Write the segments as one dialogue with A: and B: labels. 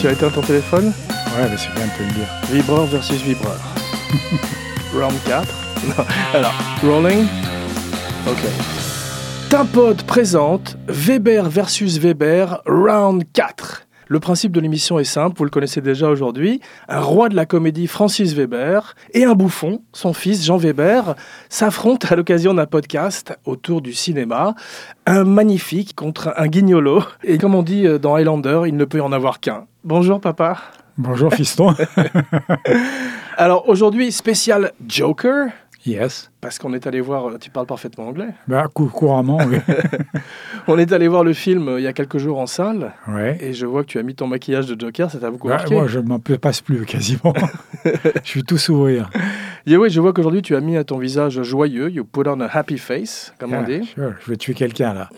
A: Tu as éteint ton téléphone
B: Ouais, mais c'est bien de te le dire.
A: Vibreur versus vibreur. Round 4. Non. Alors, rolling. Ok. Timpod présente Weber versus Weber, round 4. Le principe de l'émission est simple, vous le connaissez déjà aujourd'hui. Un roi de la comédie, Francis Weber, et un bouffon, son fils Jean Weber, s'affrontent à l'occasion d'un podcast autour du cinéma. Un magnifique contre un guignolo. Et comme on dit euh, dans Highlander, il ne peut y en avoir qu'un. Bonjour papa.
B: Bonjour, fiston.
A: Alors aujourd'hui, spécial Joker,
B: yes.
A: parce qu'on est allé voir, euh, tu parles parfaitement anglais,
B: Bah, cou- couramment, oui.
A: on est allé voir le film euh, il y a quelques jours en salle,
B: Ouais.
A: et je vois que tu as mis ton maquillage de Joker, ça t'a beaucoup
B: Bah,
A: marqué.
B: moi, je m'en passe plus quasiment. je suis tout sourire.
A: Et oui, je vois qu'aujourd'hui tu as mis à ton visage joyeux, you put on a happy face, comme on
B: Ah,
A: dit.
B: je, je vais tuer quelqu'un là.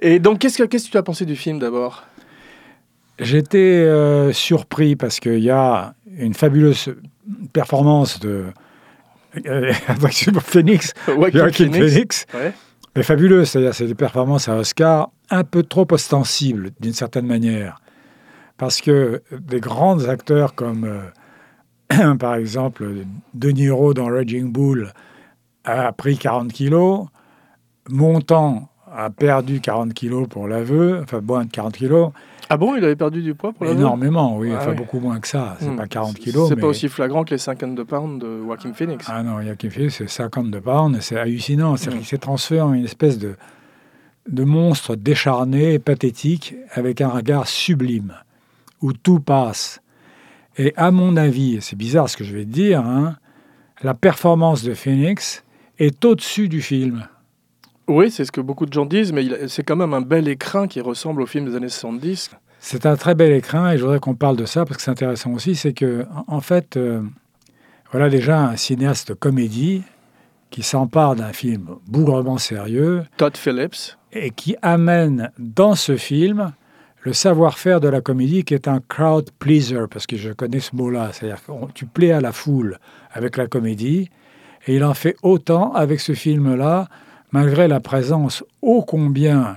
A: Et donc qu'est-ce que qu'est-ce que tu as pensé du film d'abord
B: J'étais euh, surpris parce qu'il y a une fabuleuse performance de euh, Joaquin Phoenix.
A: Joaquin
B: Joaquin
A: Phoenix.
B: Phoenix.
A: Ouais.
B: Mais fabuleux, c'est-à-dire c'est des performances à Oscar un peu trop ostensibles d'une certaine manière. Parce que euh, des grands acteurs comme euh, par exemple De Niro dans Raging Bull a pris 40 kilos, Montant a perdu 40 kilos pour l'aveu, enfin moins de 40 kilos,
A: Ah bon, il avait perdu du poids pour la
B: énormément, oui,
A: Ah
B: enfin
A: oui.
B: beaucoup moins que ça, c'est
A: Hmm.
B: pas 40 kilos.
A: C'est
B: mais...
A: pas aussi flagrant que les 52 pounds de Joaquin Phoenix.
B: Ah non, Joachim Phoenix, c'est 52 pounds, c'est hallucinant. C'est-à-dire qu'il s'est transformé en une espèce de, de monstre décharné, pathétique, avec un regard sublime, où tout passe. Et à mon avis, et c'est bizarre ce que je vais te dire, hein, la performance de Phoenix est au-dessus du film.
A: Oui, c'est ce que beaucoup de gens disent, mais il- c'est quand même un bel écrin qui ressemble au film des années 70.
B: C'est un très bel écrin et je voudrais qu'on parle de ça parce que c'est intéressant aussi. C'est que, en- en fait, euh, voilà déjà un cinéaste comédie qui s'empare d'un film bougrement sérieux,
A: Todd Phillips.
B: et qui amène dans ce film le savoir-faire de la comédie qui est un crowd pleaser, parce que je connais ce mot-là, c'est-à-dire que tu plais à la foule avec la comédie, et il en fait autant avec ce film-là, malgré la présence ô combien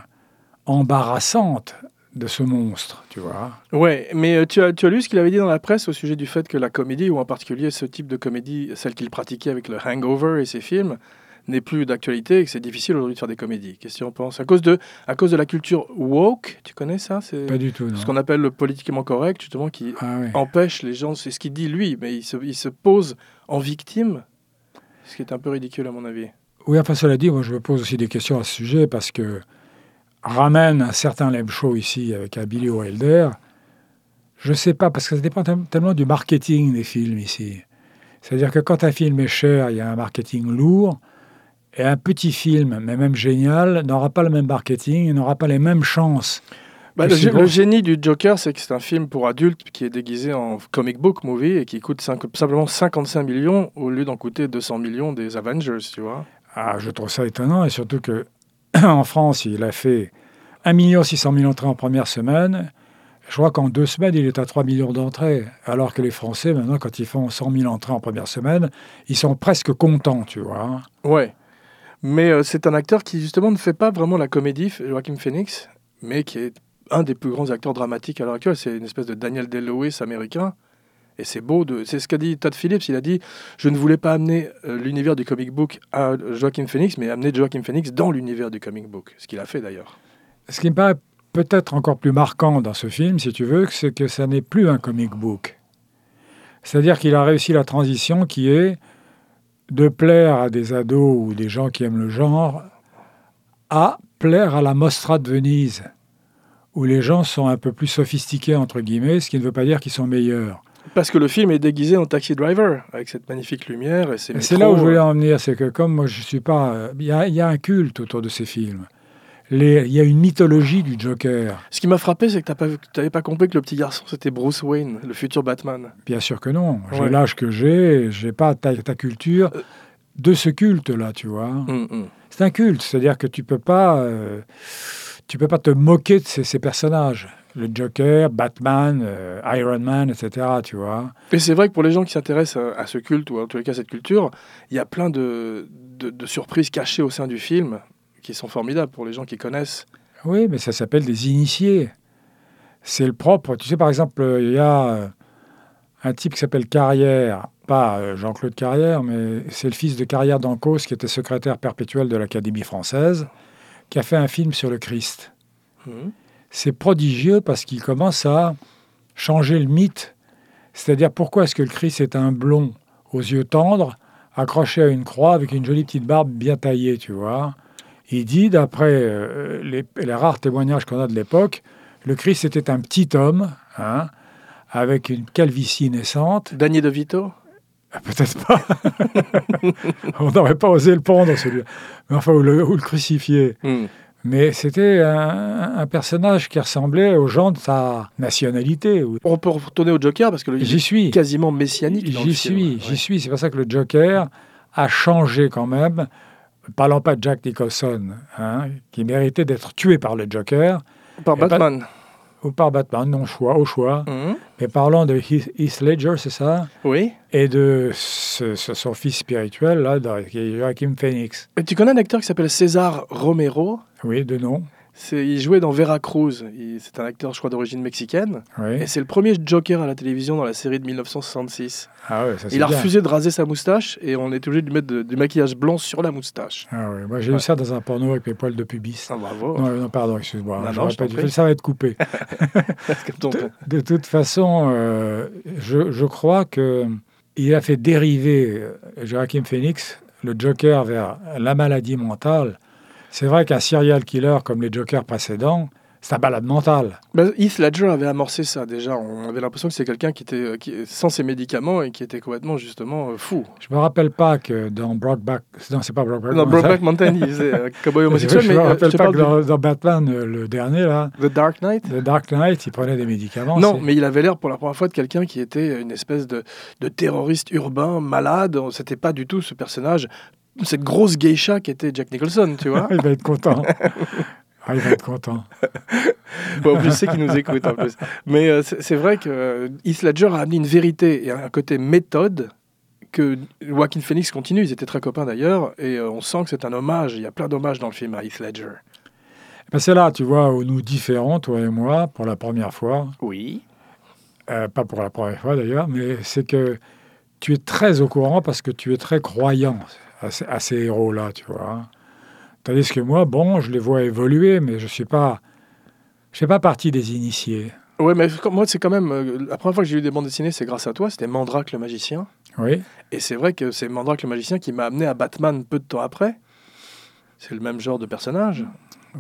B: embarrassante de ce monstre, tu vois.
A: Ouais, mais euh, tu as, tu as lu ce qu'il avait dit dans la presse au sujet du fait que la comédie, ou en particulier ce type de comédie, celle qu'il pratiquait avec le Hangover et ses films, n'est plus d'actualité et que c'est difficile aujourd'hui de faire des comédies. Qu'est-ce qu'on pense à cause, de, à cause de la culture woke, tu connais ça C'est
B: Pas du tout, non.
A: ce qu'on appelle le politiquement correct, justement, qui
B: Ah oui.
A: empêche les gens, c'est ce qu'il dit lui, mais il se, il se pose en victime, ce qui est un peu ridicule à mon avis.
B: Oui, enfin, cela dit, moi, je me pose aussi des questions à ce sujet parce que ramène un certain Lem Show ici avec un Billy Wilder. Je ne sais pas, parce que ça dépend tel- tellement du marketing des films ici. C'est-à-dire que quand un film est cher, il y a un marketing lourd, et un petit film, mais même génial, n'aura pas le même marketing, et n'aura pas les mêmes chances.
A: Bah,
B: Et
A: le,
B: c'est
A: gé-
B: bon.
A: le génie du Joker, c'est que c'est un film pour adultes qui est déguisé en comic book movie et qui coûte cinq- simplement 55 millions au lieu d'en coûter 200 millions des Avengers, tu vois.
B: Ah, je trouve ça étonnant, et surtout que en France, il a fait 1 600 000 entrées en première semaine. Je crois qu'en deux semaines, il est à 3 millions d'entrées. Alors que les Français, maintenant, quand ils font 100 000 entrées en première semaine, ils sont presque contents, tu vois. hein.
A: Ouais. Mais euh, c'est un acteur qui, justement, ne fait pas vraiment la comédie, F- Joaquin Phoenix, mais qui est un des plus grands acteurs dramatiques à l'heure actuelle. C'est une espèce de Daniel Day-Lewis américain. Et c'est beau. De... C'est ce qu'a dit Todd Phillips. Il a dit Je ne voulais pas amener euh, l'univers du comic book à Joaquin Phoenix, mais amener Joaquin Phoenix dans l'univers du comic book. Ce qu'il a fait d'ailleurs.
B: Ce qui me paraît peut-être encore plus marquant dans ce film, si tu veux, c'est que ça n'est plus un comic book. C'est-à-dire qu'il a réussi la transition qui est de plaire à des ados ou des gens qui aiment le genre à plaire à la Mostra de Venise, où les gens sont un peu plus sophistiqués, entre guillemets, ce qui ne veut pas dire qu'ils sont meilleurs.
A: Parce que le film est déguisé en taxi driver, avec cette magnifique lumière et ces
B: Et C'est là
A: métros,
B: où je
A: euh,
B: voulais en venir, c'est que comme moi je suis pas, euh, il y, a- il y a un culte autour de ces films. Les- Il y a une mythologie du Joker.
A: Ce qui m'a frappé, c'est que t'as pas, vu- t'avais pas compris que le petit garçon, c'était Bruce Wayne, le futur Batman.
B: Bien sûr que non. J'ai
A: Ouais.
B: l'âge que j'ai, j'ai pas ta, ta culture de ce culte-là, tu vois.
A: Hum, hum.
B: C'est un culte, c'est-à-dire que tu peux pas, euh, tu peux pas te moquer de ces, ces personnages. Le Joker, Batman, euh, Iron Man, etc. Tu vois.
A: Et c'est vrai que pour les gens qui s'intéressent à, à ce culte, ou en tous les cas à cette culture, il y a plein de, de- de surprises cachées au sein du film qui sont formidables pour les gens qui connaissent.
B: Oui, mais ça s'appelle des initiés. c'est le propre. Tu sais, par exemple, il y a euh, un type qui s'appelle Carrière, pas euh, Jean-Claude Carrière, mais c'est le fils de Carrière d'Ancos, qui était secrétaire perpétuel de l'Académie française, qui a fait un film sur le Christ. Mm.
A: Mhm.
B: C'est prodigieux parce qu'il commence à changer le mythe. C'est-à-dire, pourquoi est-ce que le Christ est un blond aux yeux tendres, accroché à une croix avec une jolie petite barbe bien taillée, tu vois Il dit, d'après euh, les, les rares témoignages qu'on a de l'époque, le Christ était un petit homme, hein, avec une calvitie naissante.
A: Daniel De Vito
B: Ah, Peut-être pas. On n'aurait pas osé le pendre, celui-là. Mais enfin, ou le, ou le crucifier.
A: Hmm.
B: Mais c'était un, un personnage qui ressemblait aux gens de sa nationalité. ou-
A: On peut retourner au Joker parce que le il
B: J'y
A: est
B: suis.
A: quasiment messianique. dans le
B: J'y
A: film.
B: suis,
A: Ouais.
B: j'y suis. C'est pour ça que le Joker a changé quand même. Parlons pas de Jack Nicholson, hein, qui méritait d'être tué par le Joker
A: Par
B: Et pas- Mm.
A: Batman.
B: ou par Batman, non choix, au choix.
A: Hmm.
B: Mais parlons de Heath Heath Ledger, c'est ça
A: Oui.
B: Et de ce- ce- son fils spirituel, là, dans- qui est Joachim Phoenix.
A: Et tu connais un acteur qui s'appelle César Romero
B: Oui, de nom.
A: C'est- Il jouait dans Veracruz. Il- C'est un acteur, je crois, d'origine mexicaine.
B: Oui.
A: Et c'est le premier Joker à la télévision dans la série de 1966.
B: Ah ouais, ça c'est
A: Il a
B: bien.
A: refusé de raser sa moustache et on est obligé de lui mettre de- du maquillage blanc sur la moustache.
B: Ah ouais, moi j'ai eu
A: Ouais.
B: ça dans un porno avec mes poils de pubis.
A: Ah, bravo.
B: Non, non, pardon, excuse-moi.
A: Non, non,
B: j'aurais
A: je
B: pas
A: t'en
B: dû-
A: prie.
B: Ça va être coupé.
A: Parce que ton-
B: De toute façon, euh, je, je crois que il a fait dériver euh, Joachim Phoenix, le Joker, vers la maladie mentale. C'est vrai qu'un serial killer comme les Jokers précédents, c'est un malade mental.
A: Bah, Heath Ledger avait amorcé ça déjà. On avait l'impression que c'est quelqu'un qui était euh, qui- sans ses médicaments et qui était complètement justement euh, fou.
B: Je me rappelle pas que dans Brokeback, non, c'est pas Brokeback.
A: Dans
B: Mountain.
A: Brokeback Mountain, il faisait euh, cowboy
B: je,
A: homosexuel,
B: je
A: mais
B: me
A: euh,
B: rappelle
A: je te
B: pas
A: parle
B: que dans, dans Batman, euh, le dernier là,
A: du- The Dark Knight.
B: The Dark Knight, il prenait des médicaments.
A: Non,
B: c'est-
A: mais il avait l'air pour la première fois de quelqu'un qui était une espèce de, de terroriste urbain, malade. C'était pas du tout ce personnage, cette grosse geisha qui était Jack Nicholson, tu vois.
B: il va être content. Ah, il va être content.
A: Bon, en plus, c'est qu'il nous écoute en plus. Mais euh, c'est c'est vrai que euh, Heath Ledger a amené une vérité et un côté méthode que Joaquin Phoenix continue. Ils étaient très copains d'ailleurs et euh, on sent que c'est un hommage. Il y a plein d'hommages dans le film à Heath Ledger.
B: Ben, c'est là, tu vois, où nous différons, toi et moi, pour la première fois.
A: Oui.
B: Euh, pas pour la première fois d'ailleurs, mais c'est que tu es très au courant parce que tu es très croyant à, ces- à ces héros-là, tu vois. Tandis que moi, bon, je les vois évoluer, mais je suis pas, je fais pas partie des initiés.
A: Ouais, mais comme- moi, c'est quand même. euh, la première fois que j'ai lu des bandes dessinées, c'est grâce à toi. C'était Mandrake le magicien.
B: Oui,
A: Et c'est vrai que c'est Mandrake le magicien qui m'a amené à Batman peu de temps après. C'est le même genre de personnage.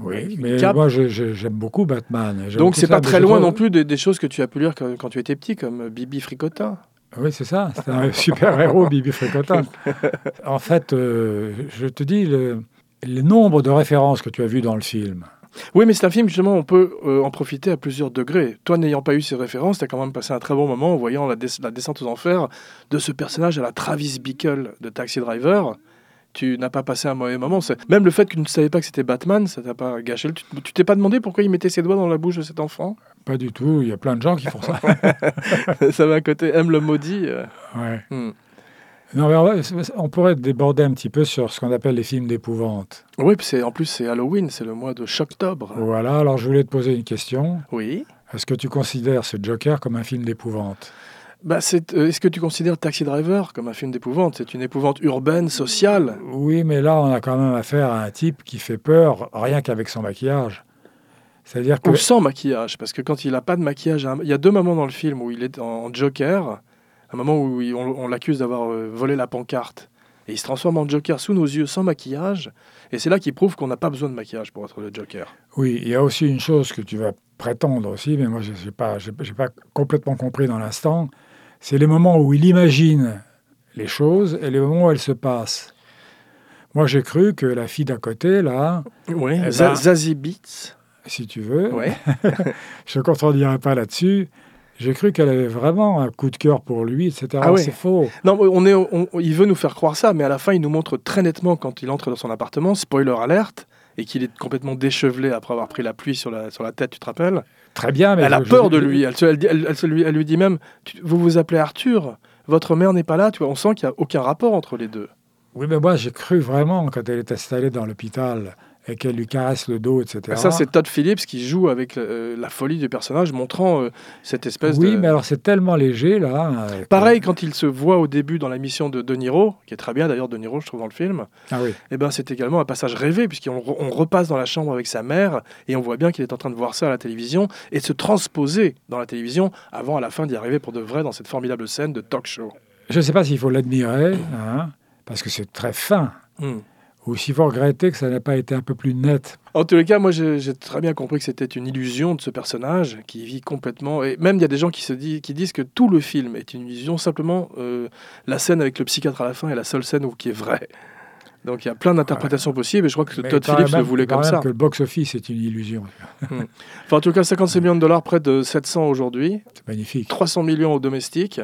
B: oui.
A: Avec une
B: Mais
A: cape.
B: moi, je- je- j'aime beaucoup Batman. J'aime
A: Donc
B: tout
A: c'est pas
B: ça, mais euh,
A: très
B: je
A: loin
B: trouve-
A: non plus des, des choses que tu as pu lire quand, quand tu étais petit, comme euh, Bibi Fricotin.
B: Oui, c'est ça. C'est un super héros, Bibi Fricotin. En fait, euh, je te dis le, le nombre de références que tu as vues dans le film.
A: Oui, mais c'est un film, justement, on peut euh, en profiter à plusieurs degrés. Toi, n'ayant pas eu ces références, t'as quand même passé un très bon moment en voyant la, des- la descente aux enfers de ce personnage à la Travis Bickle de Taxi Driver. Tu n'as pas passé un mauvais moment. C'est- Même le fait que tu ne savais pas que c'était Batman, ça t'a pas gâché. le- Tu tu t'es pas demandé pourquoi il mettait ses doigts dans la bouche de cet enfant
B: Pas du tout. Il y a plein de gens qui font ça.
A: Ça avait un côté M le maudit. euh.
B: Ouais.
A: Hmm.
B: Non, mais on va- on pourrait déborder un petit peu sur ce qu'on appelle les films d'épouvante.
A: Oui, puis c'est en plus, c'est Halloween, c'est le mois de Choctobre.
B: Voilà, alors je voulais te poser une question.
A: Oui.
B: Est-ce que tu considères ce Joker comme un film d'épouvante
A: Bah, c'est, euh, est-ce que tu considères Taxi Driver comme un film d'épouvante C'est une épouvante urbaine, sociale
B: Oui, mais là, on a quand même affaire à un type qui fait peur rien qu'avec son maquillage. C'est-à-dire que.
A: Ou sans maquillage, parce que quand il n'a pas de maquillage, hein, il y a deux moments dans le film où il est en en Joker, un moment où il- on, on l'accuse d'avoir euh, volé la pancarte, et il se transforme en Joker sous nos yeux, sans maquillage, et c'est là qu'il prouve qu'on n'a pas besoin de maquillage pour être le Joker.
B: Oui, il y a aussi une chose que tu vas prétendre aussi, mais moi, je n'ai pas, j'ai- j'ai pas complètement compris dans l'instant. C'est les moments où il imagine les choses et les moments où elles se passent. Moi, j'ai cru que la fille d'à côté, là,
A: Oui,
B: Eh ben-
A: Euh, Zazie Beats.
B: si tu veux,
A: Ouais.
B: je ne contredirai pas là-dessus. J'ai cru qu'elle avait vraiment un coup de cœur pour lui, etc.
A: Ah oui.
B: C'est faux.
A: Non, mais on est, on- on- il veut nous faire croire ça, mais à la fin, il nous montre très nettement quand il entre dans son appartement, spoiler alerte, et qu'il est complètement déchevelé après avoir pris la pluie sur la, sur la tête, tu te rappelles
B: Très bien, mais
A: Elle a
B: je-
A: peur
B: je-
A: de lui. Elle, se- elle dit- elle- elle se lui, elle lui dit même Tu- Vous vous appelez Arthur Votre mère n'est pas là. Tu vois, on sent qu'il n'y a aucun rapport entre les deux.
B: Oui, mais moi, j'ai cru vraiment quand elle est installée dans l'hôpital et qu'elle lui caresse le dos, etc.
A: Ça, c'est Todd Phillips qui joue avec euh, la folie du personnage, montrant euh, cette espèce
B: oui,
A: de...
B: mais alors c'est tellement léger là. euh, que-
A: Pareil, quand il se voit au début dans la mission de De Niro, qui est très bien d'ailleurs, De Niro, je trouve, dans le film,
B: Ah oui.
A: eh ben, c'est également un passage rêvé, puisqu'on re- on repasse dans la chambre avec sa mère, et on voit bien qu'il est en train de voir ça à la télévision, et de se transposer dans la télévision, avant à la fin d'y arriver pour de vrai dans cette formidable scène de talk show.
B: Je ne sais pas s'il faut l'admirer, hein, parce que c'est très fin,
A: Hmm.
B: ou s'il faut regretter que ça n'a pas été un peu plus net.
A: En tous les cas, moi, j'ai j'ai très bien compris que c'était une illusion de ce personnage qui vit complètement. Et même, il y a des gens qui, se disent, qui disent que tout le film est une illusion. Simplement, euh, la scène avec le psychiatre à la fin est la seule scène où, qui est vraie. Donc, il y a plein d'interprétations possibles. Et je crois que
B: Mais
A: Todd
B: il paraît
A: Phillips
B: même-
A: le voulait
B: il paraît
A: comme
B: même
A: ça.
B: que le box-office est une illusion.
A: Enfin, en tout cas, 55 millions de dollars, près de 700 aujourd'hui.
B: C'est magnifique.
A: 300 millions aux domestiques.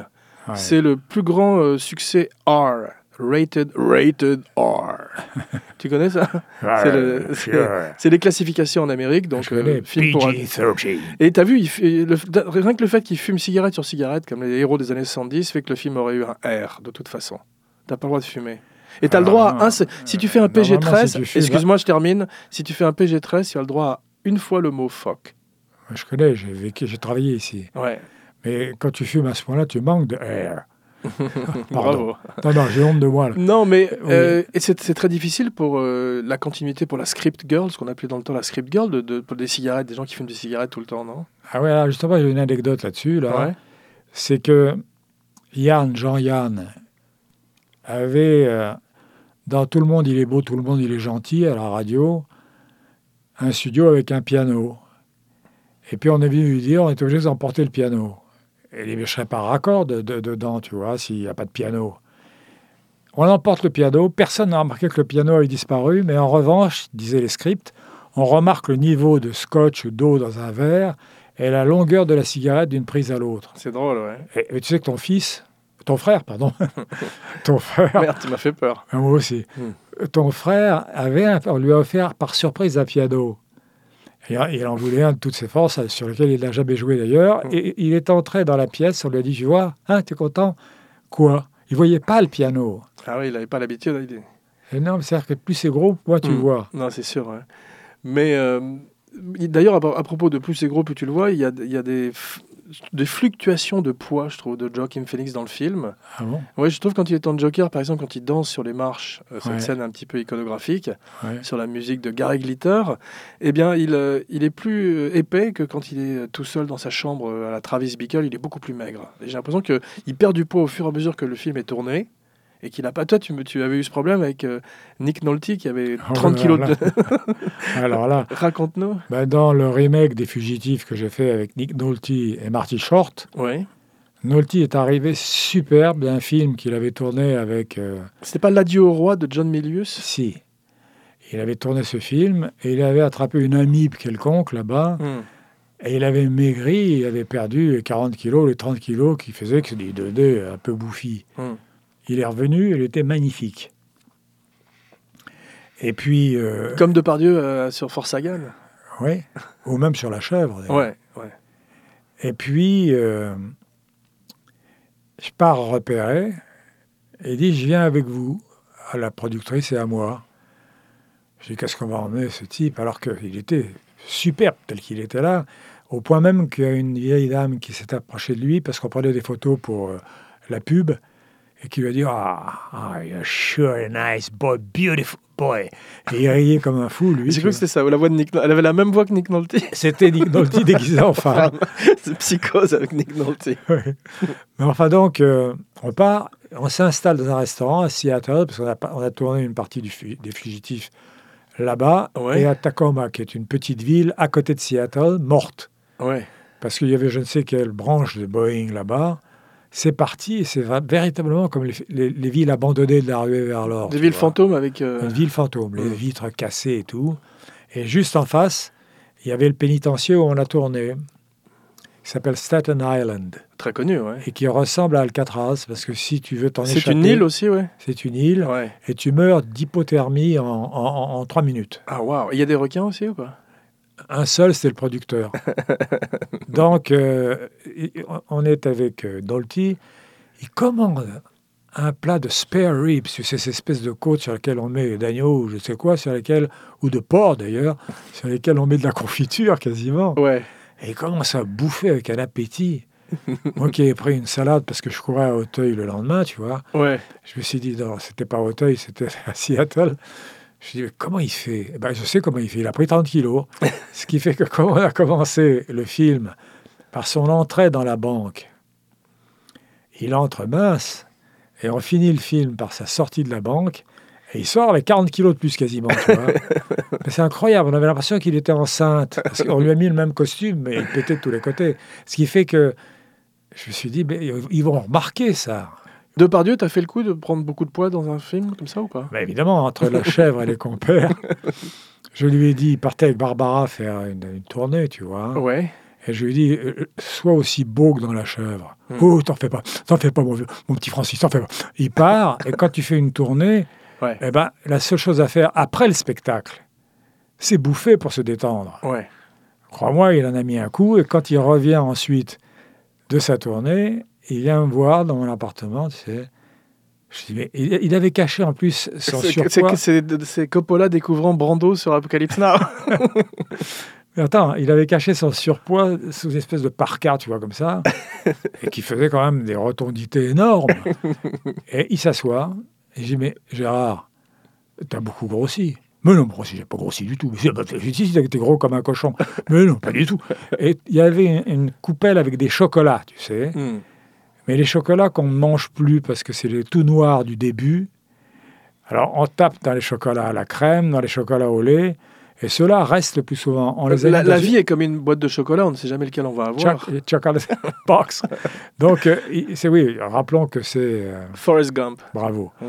B: Ouais.
A: C'est le plus grand euh, succès R. Rated, rated R. tu connais ça c'est le-
C: Sure.
A: C'est les classifications en Amérique. Donc,
B: Je connais.
A: euh, film pour,
C: PG-13.
A: Et t'as vu, il fait- le- da- rien que le fait qu'il fume cigarette sur cigarette, comme les héros des années 70, fait que le film aurait eu un R, de toute façon. T'as pas le droit de fumer. Et t'as le
B: Ah,
A: droit
B: non.
A: à un. se- Si tu fais un
B: Normalement, si
A: PG-13,
B: tu fumes-
A: excuse-moi, je termine. Si tu fais un PG-13, tu as le droit à une fois le mot fuck.
B: Je connais, j'ai vécu, j'ai travaillé ici.
A: Ouais,
B: Mais quand tu fumes à ce point-là, tu manques de air.
A: bravo.
B: Non, non, j'ai honte de moi. là.
A: Non, mais
B: Oui.
A: euh, et c'est c'est très difficile pour euh, la continuité, pour la script girl, ce qu'on appelait dans le temps la script girl, de, de- pour des cigarettes, des gens qui fument des cigarettes tout le temps, non
B: Ah ouais, alors justement, j'ai une anecdote là-dessus. Là.
A: Ouais.
B: C'est que Yann, Jean-Yann, avait euh, dans Tout le monde il est beau, tout le monde il est gentil à la radio, un studio avec un piano. Et puis on est venu lui dire on est obligé d'emporter le piano. Et il dit, mais je serais pas raccord de- de- dedans, tu vois, s'il n'y a pas de piano. On emporte le piano, personne n'a remarqué que le piano avait disparu, mais en revanche, disaient les scripts, on remarque le niveau de scotch ou d'eau dans un verre et la longueur de la cigarette d'une prise à l'autre.
A: C'est drôle, ouais.
B: Et, Eh, mais tu sais que ton fils, ton frère, pardon, ton frère,
A: Merde, tu m'as fait peur.
B: Ah, moi aussi, ton frère avait, un- on lui a offert par surprise un piano. Et euh, il en voulait un de toutes ses forces, sur lequel il n'a jamais joué d'ailleurs. Et il est entré dans la pièce, on lui a dit, tu vois, hein, t'es content Quoi Il voyait pas le piano.
A: Ah oui, il avait pas l'habitude. il est-
B: Énorme, c'est-à-dire que plus c'est gros, moins tu
A: Mm.
B: vois.
A: Non, c'est sûr. ouais. Mais euh, il- d'ailleurs, à, pro- à propos de plus c'est gros, plus tu le vois, il y a, il y a des, f- des fluctuations de poids, je trouve, de Joaquin Phoenix dans le film.
B: Ah bon
A: Ouais, je trouve quand il est en Joker, par exemple, quand il danse sur les marches, euh, cette
B: Ouais.
A: scène un petit peu iconographique,
B: Ouais.
A: sur la musique de Gary Glitter, eh bien, il, euh, il est plus euh, épais que quand il est euh, tout seul dans sa chambre euh, à la Travis Bickle, il est beaucoup plus maigre. Et j'ai l'impression qu'il perd du poids au fur et à mesure que le film est tourné. Et qu'il n'a pas. Toi, tu, me- tu avais eu ce problème avec euh, Nick Nolte qui avait
B: Oh,
A: 30
B: là,
A: kilos
B: là.
A: de,
B: Alors là,
A: Raconte-nous.
B: bah, dans le remake des Fugitifs que j'ai fait avec Nick Nolte et Marty Short,
A: Oui.
B: Nolte est arrivé superbe d'un film qu'il avait tourné avec... euh,
A: C'était pas l'adieu au roi de John Milius
B: si. Il avait tourné ce film et il avait attrapé une amibe quelconque là-bas
A: Hmm.
B: et il avait maigri, il avait perdu les 40 kilos, les 30 kilos qui faisaient qu'il devenait un peu bouffi.
A: Mm.
B: Il est revenu, il était magnifique. Et puis... euh,
A: Comme Depardieu euh, sur Force Sagan.
B: Oui, ou même sur la chèvre. d'ailleurs.
A: Ouais, ouais.
B: Et puis, euh, je pars repérer et dis Je viens avec vous, à la productrice et à moi. Je dis Qu'est-ce qu'on va emmener ce type Alors qu'il était superbe tel qu'il était là, au point même qu'il y a une vieille dame qui s'est approchée de lui parce qu'on prenait des photos pour euh, la pub et qui lui a dit Ah, ah, you're sure a nice boy, beautiful boy. Et il riait comme un fou, lui.
A: J'ai
B: tu
A: cru que
B: vois.
A: c'était ça. La voix de Nick... Nol- Elle avait la même voix que Nick Nolte.
B: C'était Nick Nolte déguisé en femme.
A: C'est psychose avec Nick Nolte.
B: Mais enfin donc, euh, on part, on s'installe dans un restaurant à Seattle, parce qu'on a, pas- on a tourné une partie du fu- des fugitifs là-bas,
A: Ouais.
B: et à Tacoma, qui est une petite ville à côté de Seattle, morte,
A: Ouais.
B: parce qu'il y avait je ne sais quelle branche de Boeing là-bas. C'est parti, et c'est va- véritablement comme les, les- les villes abandonnées de la ruée vers l'or.
A: Des
B: Oh, tu
A: villes
B: vois.
A: fantômes avec. euh,
B: Une ville fantôme, les
A: Mm.
B: vitres cassées et tout. Et juste en face, il y avait le pénitencier où on a tourné, qui s'appelle Staten Island
A: Très connu, ouais.
B: et qui ressemble à Alcatraz, parce que si tu veux t'en
A: C'est
B: échapper,
A: une île aussi, ouais.
B: c'est une île,
A: ouais.
B: et tu meurs d'hypothermie en, en- en- en trois minutes.
A: Ah, waouh. Il y a des requins aussi ou pas
B: Un seul, c'est le producteur. Donc, euh, il- on est avec euh, Nolte, il commande un plat de spare ribs, tu sais, ces espèces de côtes sur lesquelles on met d'agneau ou je sais quoi, sur lesquelles, ou de porc d'ailleurs, sur lesquelles on met de la confiture quasiment.
A: Ouais.
B: Et il commence à bouffer avec un appétit. Moi qui ai pris une salade parce que je courais à Hauteuil le lendemain, tu vois,
A: Ouais.
B: je me suis dit, non, c'était pas à Hauteuil, c'était à Seattle. Je me suis dit, mais comment il fait Eh ben, Je sais comment il fait, il a pris 30 kilos. Ce qui fait que quand on a commencé le film par son entrée dans la banque, il entre mince, et on finit le film par sa sortie de la banque, et il sort avec 40 kilos de plus quasiment. tu vois. mais c'est incroyable, on avait l'impression qu'il était enceinte, parce qu'on lui a mis le même costume, mais il pétait de tous les côtés. Ce qui fait que je me suis dit, mais ils vont remarquer ça.
A: Depardieu, t'as fait le coup de prendre beaucoup de poids dans un film comme ça ou pas
B: Bah, évidemment, entre la chèvre et les compères, je lui ai dit, partez avec Barbara faire une, une tournée, tu vois.
A: Ouais.
B: Et je lui ai dit, euh, sois aussi beau que dans la chèvre.
A: Mm.
B: Oh, t'en fais pas, t'en fais pas, mon, vieux- mon petit Francis, t'en fais pas. Il part, et quand tu fais une tournée,
A: Ouais.
B: eh ben, la seule chose à faire après le spectacle, c'est bouffer pour se détendre.
A: Ouais.
B: Crois-moi, il en a mis un coup, et quand il revient ensuite de sa tournée, il vient me voir dans mon appartement, tu sais. Je dis, mais il, il avait caché en plus son
A: C'est-
B: surpoids.
A: c'est- C'est c'est Coppola découvrant Brando sur Apocalypse Now.
B: Mais attends, il avait caché son surpoids sous une espèce de parka, tu vois, comme ça, et qui faisait quand même des rotondités énormes. Et il s'assoit, et je dis, mais Gérard, t'as beaucoup grossi. Mais non, moi, si j'ai pas grossi du tout. Mais si, bah, si, si, t'as été gros comme un cochon. Mais non, pas du tout. Et il y avait une, une coupelle avec des chocolats, tu sais.
A: Hmm.
B: Mais les chocolats qu'on ne mange plus parce que c'est les tout noirs du début. Alors, on tape dans les chocolats à la crème, dans les chocolats au lait, et ceux-là restent le plus souvent. On les a
A: Euh, La,
B: mis dans
A: la
B: une-
A: vie est comme une boîte de chocolat, on ne sait jamais lequel on va avoir.
B: Chuck- Chocolate Box. Donc, euh, il- c'est oui, rappelons que c'est. euh,
A: Forrest Gump.
B: bravo.
A: Mm.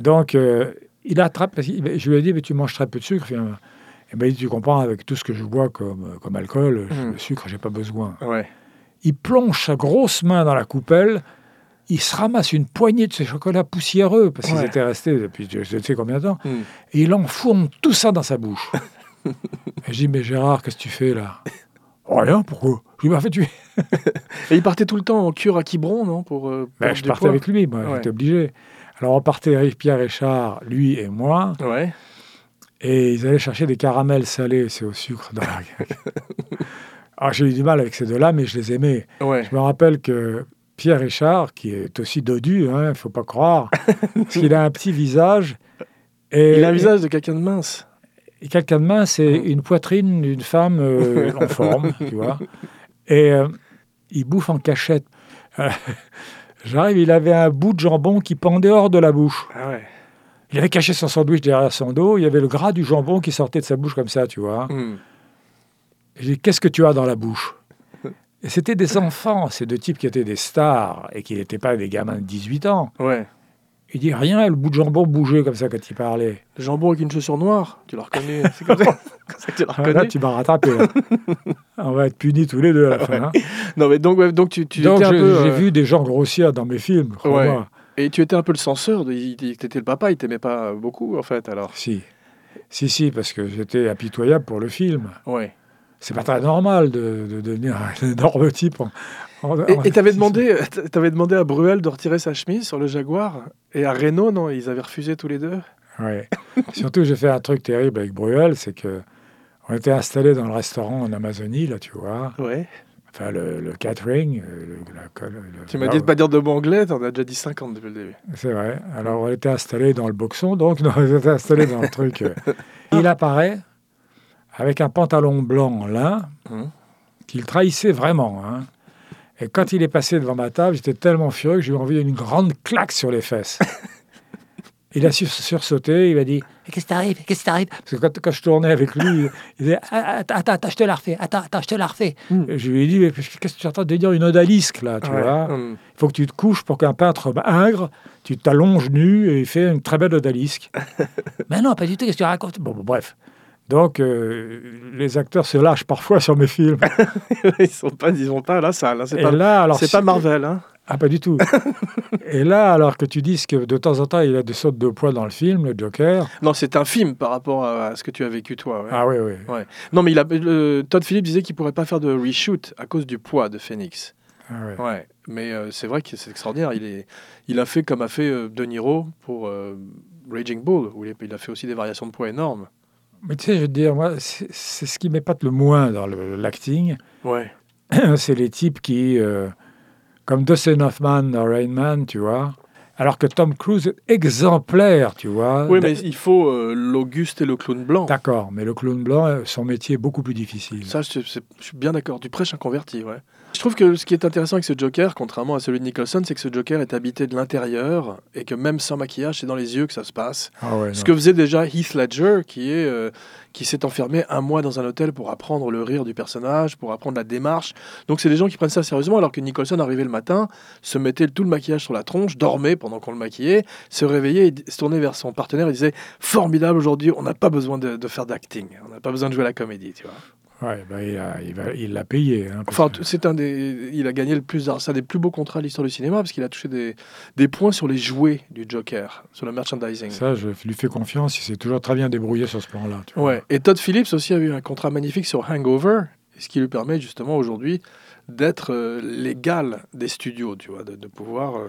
B: Donc, euh, il attrape. parce qu'il- ben, Je lui ai dit, mais tu manges très peu de sucre, finalement. Et ben, il dit, tu comprends, avec tout ce que je bois comme, euh, comme alcool, je-
A: Mm.
B: le sucre, j'ai pas besoin.
A: Ouais.
B: Il plonge sa grosse main dans la coupelle. Il se ramasse une poignée de ces chocolats poussiéreux, parce qu'ils
A: Ouais.
B: étaient restés depuis je je ne sais combien de temps.
A: Hmm.
B: Et il enfourne tout ça dans sa bouche. Et je dis, mais Gérard, qu'est-ce que tu fais là Rien, pourquoi Je lui ai fait tu
A: Et il partait tout le temps en cure à Quiberon, non pour, euh,
B: Ben,
A: perdre
B: je
A: du
B: partais
A: poids.
B: avec lui, moi,
A: Ouais.
B: j'étais obligé. Alors on partait avec Pierre Richard, lui et moi,
A: Ouais.
B: et ils allaient chercher des caramels salés, c'est au sucre. dans la- Alors j'ai eu du mal avec ces deux-là, mais je les aimais.
A: Ouais.
B: Je me rappelle que Pierre Richard, qui est aussi dodu, il ne faut pas croire, parce qu'il a un petit visage. Et,
A: Il a un visage de quelqu'un de mince.
B: et quelqu'un de main, c'est une poitrine d'une femme euh, en forme, tu vois. Et euh, il bouffe en cachette. Euh, J'arrive, il avait un bout de jambon qui pendait hors de la bouche.
A: Ah ouais.
B: Il avait caché son sandwich derrière son dos, il y avait le gras du jambon qui sortait de sa bouche comme ça, tu vois.
A: Hmm.
B: J'ai dit, qu'est-ce que tu as dans la bouche Et c'était des enfants, ces deux types qui étaient des stars et qui n'étaient pas des gamins de 18 ans.
A: Ouais.
B: Il dit, rien, le bout de jambon bougeait comme ça quand il parlait.
A: Le jambon avec une chaussure noire, tu l'as reconnu. C'est comme ça comme ça que tu l'as
B: Ah, Là,
A: reconnu.
B: tu m'as rattrapé. là. On va être punis tous les deux à la fin. hein.
A: Non, mais donc, ouais, donc tu, tu
B: Donc
A: étais un
B: je-
A: peu.
B: j'ai
A: euh,
B: vu des gens grossir dans mes films, crois-moi.
A: Ouais. Et tu étais un peu le censeur. de- Il, il- t'étais le papa, il t'aimait pas beaucoup, en fait, alors.
B: Si. Si, si, parce que j'étais impitoyable pour le film.
A: Ouais.
B: C'est pas très normal de, de devenir un énorme type. en- en- en-
A: Et et t'avais demandé, t'avais demandé à Bruel de retirer sa chemise sur le Jaguar et à Renault, non Ils avaient refusé tous les deux.
B: Ouais. Surtout, j'ai fait un truc terrible avec Bruel, c'est que on était installé dans le restaurant en Amazonie, là, tu vois.
A: Ouais.
B: Enfin, le, le catering. euh, le- la col- le-
A: Tu m'as
B: là,
A: dit de pas dire de mot anglais, t'en as déjà dit 50 depuis le début.
B: C'est vrai. Alors, on était installé dans le boxon, donc non, on était installé dans le truc. euh. Il apparaît avec un pantalon blanc en lin
A: Mhm.
B: qu'il trahissait vraiment. hein. Et quand il est passé devant ma table, j'étais tellement furieux que je lui ai envoyé une grande claque sur les fesses. Il a sur- sursauté, il m'a dit
C: Mais Qu'est-ce qui t'arrive Qu'est-ce qui t'arrive
B: Parce que quand, quand je tournais avec lui, il disait
C: Ah, Attends, attends, attends, je te la refais. Attends, attends, je te la refais.
B: Je lui ai dit Mais Qu'est-ce que tu entends de dire une odalisque, là Bah, tu
A: Ouais.
B: vois
A: Hum.
B: Il faut que tu te couches pour qu'un peintre ingre, tu t'allonges nu et il fait une très belle odalisque.
C: Mais non, pas du tout, qu'est-ce que tu racontes
B: Bon, bon, bref. Donc, euh, les acteurs se lâchent parfois sur mes films.
A: ils sont pas, ils ont pas là ça. Là, c'est
B: Et
A: pas,
B: là, alors,
A: c'est
B: si-
A: pas Marvel, hein.
B: Ah, pas du tout. Et là, alors que tu dis que de temps en temps, il y a des sautes de poids dans le film, le Joker.
A: Non, c'est un film par rapport à, à ce que tu as vécu toi. ouais.
B: Ah oui, oui.
A: Non, mais il a, le- Todd Phillips disait qu'il pourrait pas faire de reshoot à cause du poids de Phoenix.
B: Ah ouais.
A: Ouais, mais euh, c'est vrai que c'est extraordinaire. Il, est, il a fait comme a fait euh, De Niro pour euh, Raging Bull, où il il a fait aussi des variations de poids énormes.
B: Mais tu sais, je veux te dire, moi, c'est c'est ce qui m'épate le moins dans le- l'acting.
A: Ouais,
B: c'est les types qui, euh, comme Dustin Hoffman dans Rain Man, tu vois, alors que Tom Cruise est exemplaire, tu vois.
A: oui, mais il faut euh, l'Auguste et le clown blanc.
B: D'accord, mais le clown blanc, euh, son métier est beaucoup plus difficile.
A: Ça, je, c'est- je suis bien d'accord. Du prêche un converti, ouais. Je trouve que ce qui est intéressant avec ce Joker, contrairement à celui de Nicholson, c'est que ce Joker est habité de l'intérieur et que même sans maquillage, c'est dans les yeux que ça se passe.
B: Ah ouais,
A: Ce
B: non.
A: que faisait déjà Heath Ledger, qui est euh, qui s'est enfermé un mois dans un hôtel pour apprendre le rire du personnage, pour apprendre la démarche. Donc c'est des gens qui prennent ça sérieusement, alors que Nicholson arrivait le matin, se mettait tout le maquillage sur la tronche, dormait pendant qu'on le maquillait, se réveillait et d- se tournait vers son partenaire et disait formidable aujourd'hui, on n'a pas besoin de, de faire d'acting, on n'a pas besoin de jouer à la comédie, tu vois.
B: Ouais, bah, il a- il va- il l'a payé. hein, parce
A: Enfin,
B: que-
A: t- c'est un des, il a gagné le plus, d'ar- c'est un des plus beaux contrats de l'histoire du cinéma parce qu'il a touché des, des points sur les jouets du Joker, sur le merchandising.
B: ça, je lui fais confiance, il s'est toujours très bien débrouillé sur ce plan-là. tu vois.
A: Ouais. Et Todd Phillips aussi a eu un contrat magnifique sur Hangover, ce qui lui permet justement aujourd'hui d'être euh, l'égal des studios, tu vois, de, de pouvoir. euh,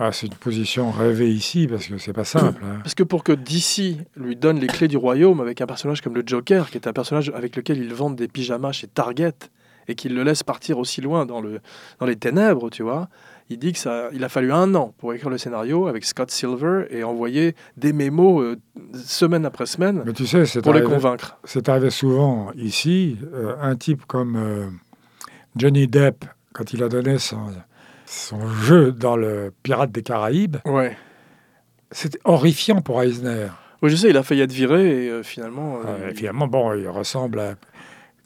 B: Ah, c'est une position rêvée ici, parce que c'est pas simple. hein.
A: Parce que pour que DC lui donne les clés du royaume avec un personnage comme le Joker, qui est un personnage avec lequel ils vendent des pyjamas chez Target et qu'il le laisse partir aussi loin dans, le, dans les ténèbres, tu vois, il dit que ça, il a fallu un an pour écrire le scénario avec Scott Silver et envoyer des mémos euh, semaine après semaine
B: Mais tu sais, c'est
A: pour les
B: arrivé,
A: convaincre.
B: c'est arrivé souvent ici. euh, un type comme euh, Johnny Depp, quand il a donné son, son jeu dans le Pirate des Caraïbes,
A: Ouais.
B: c'était horrifiant pour Eisner.
A: Oui, je sais, il a failli être viré et euh, finalement. euh,
B: Euh,
A: il-
B: finalement, bon, il ressemble à.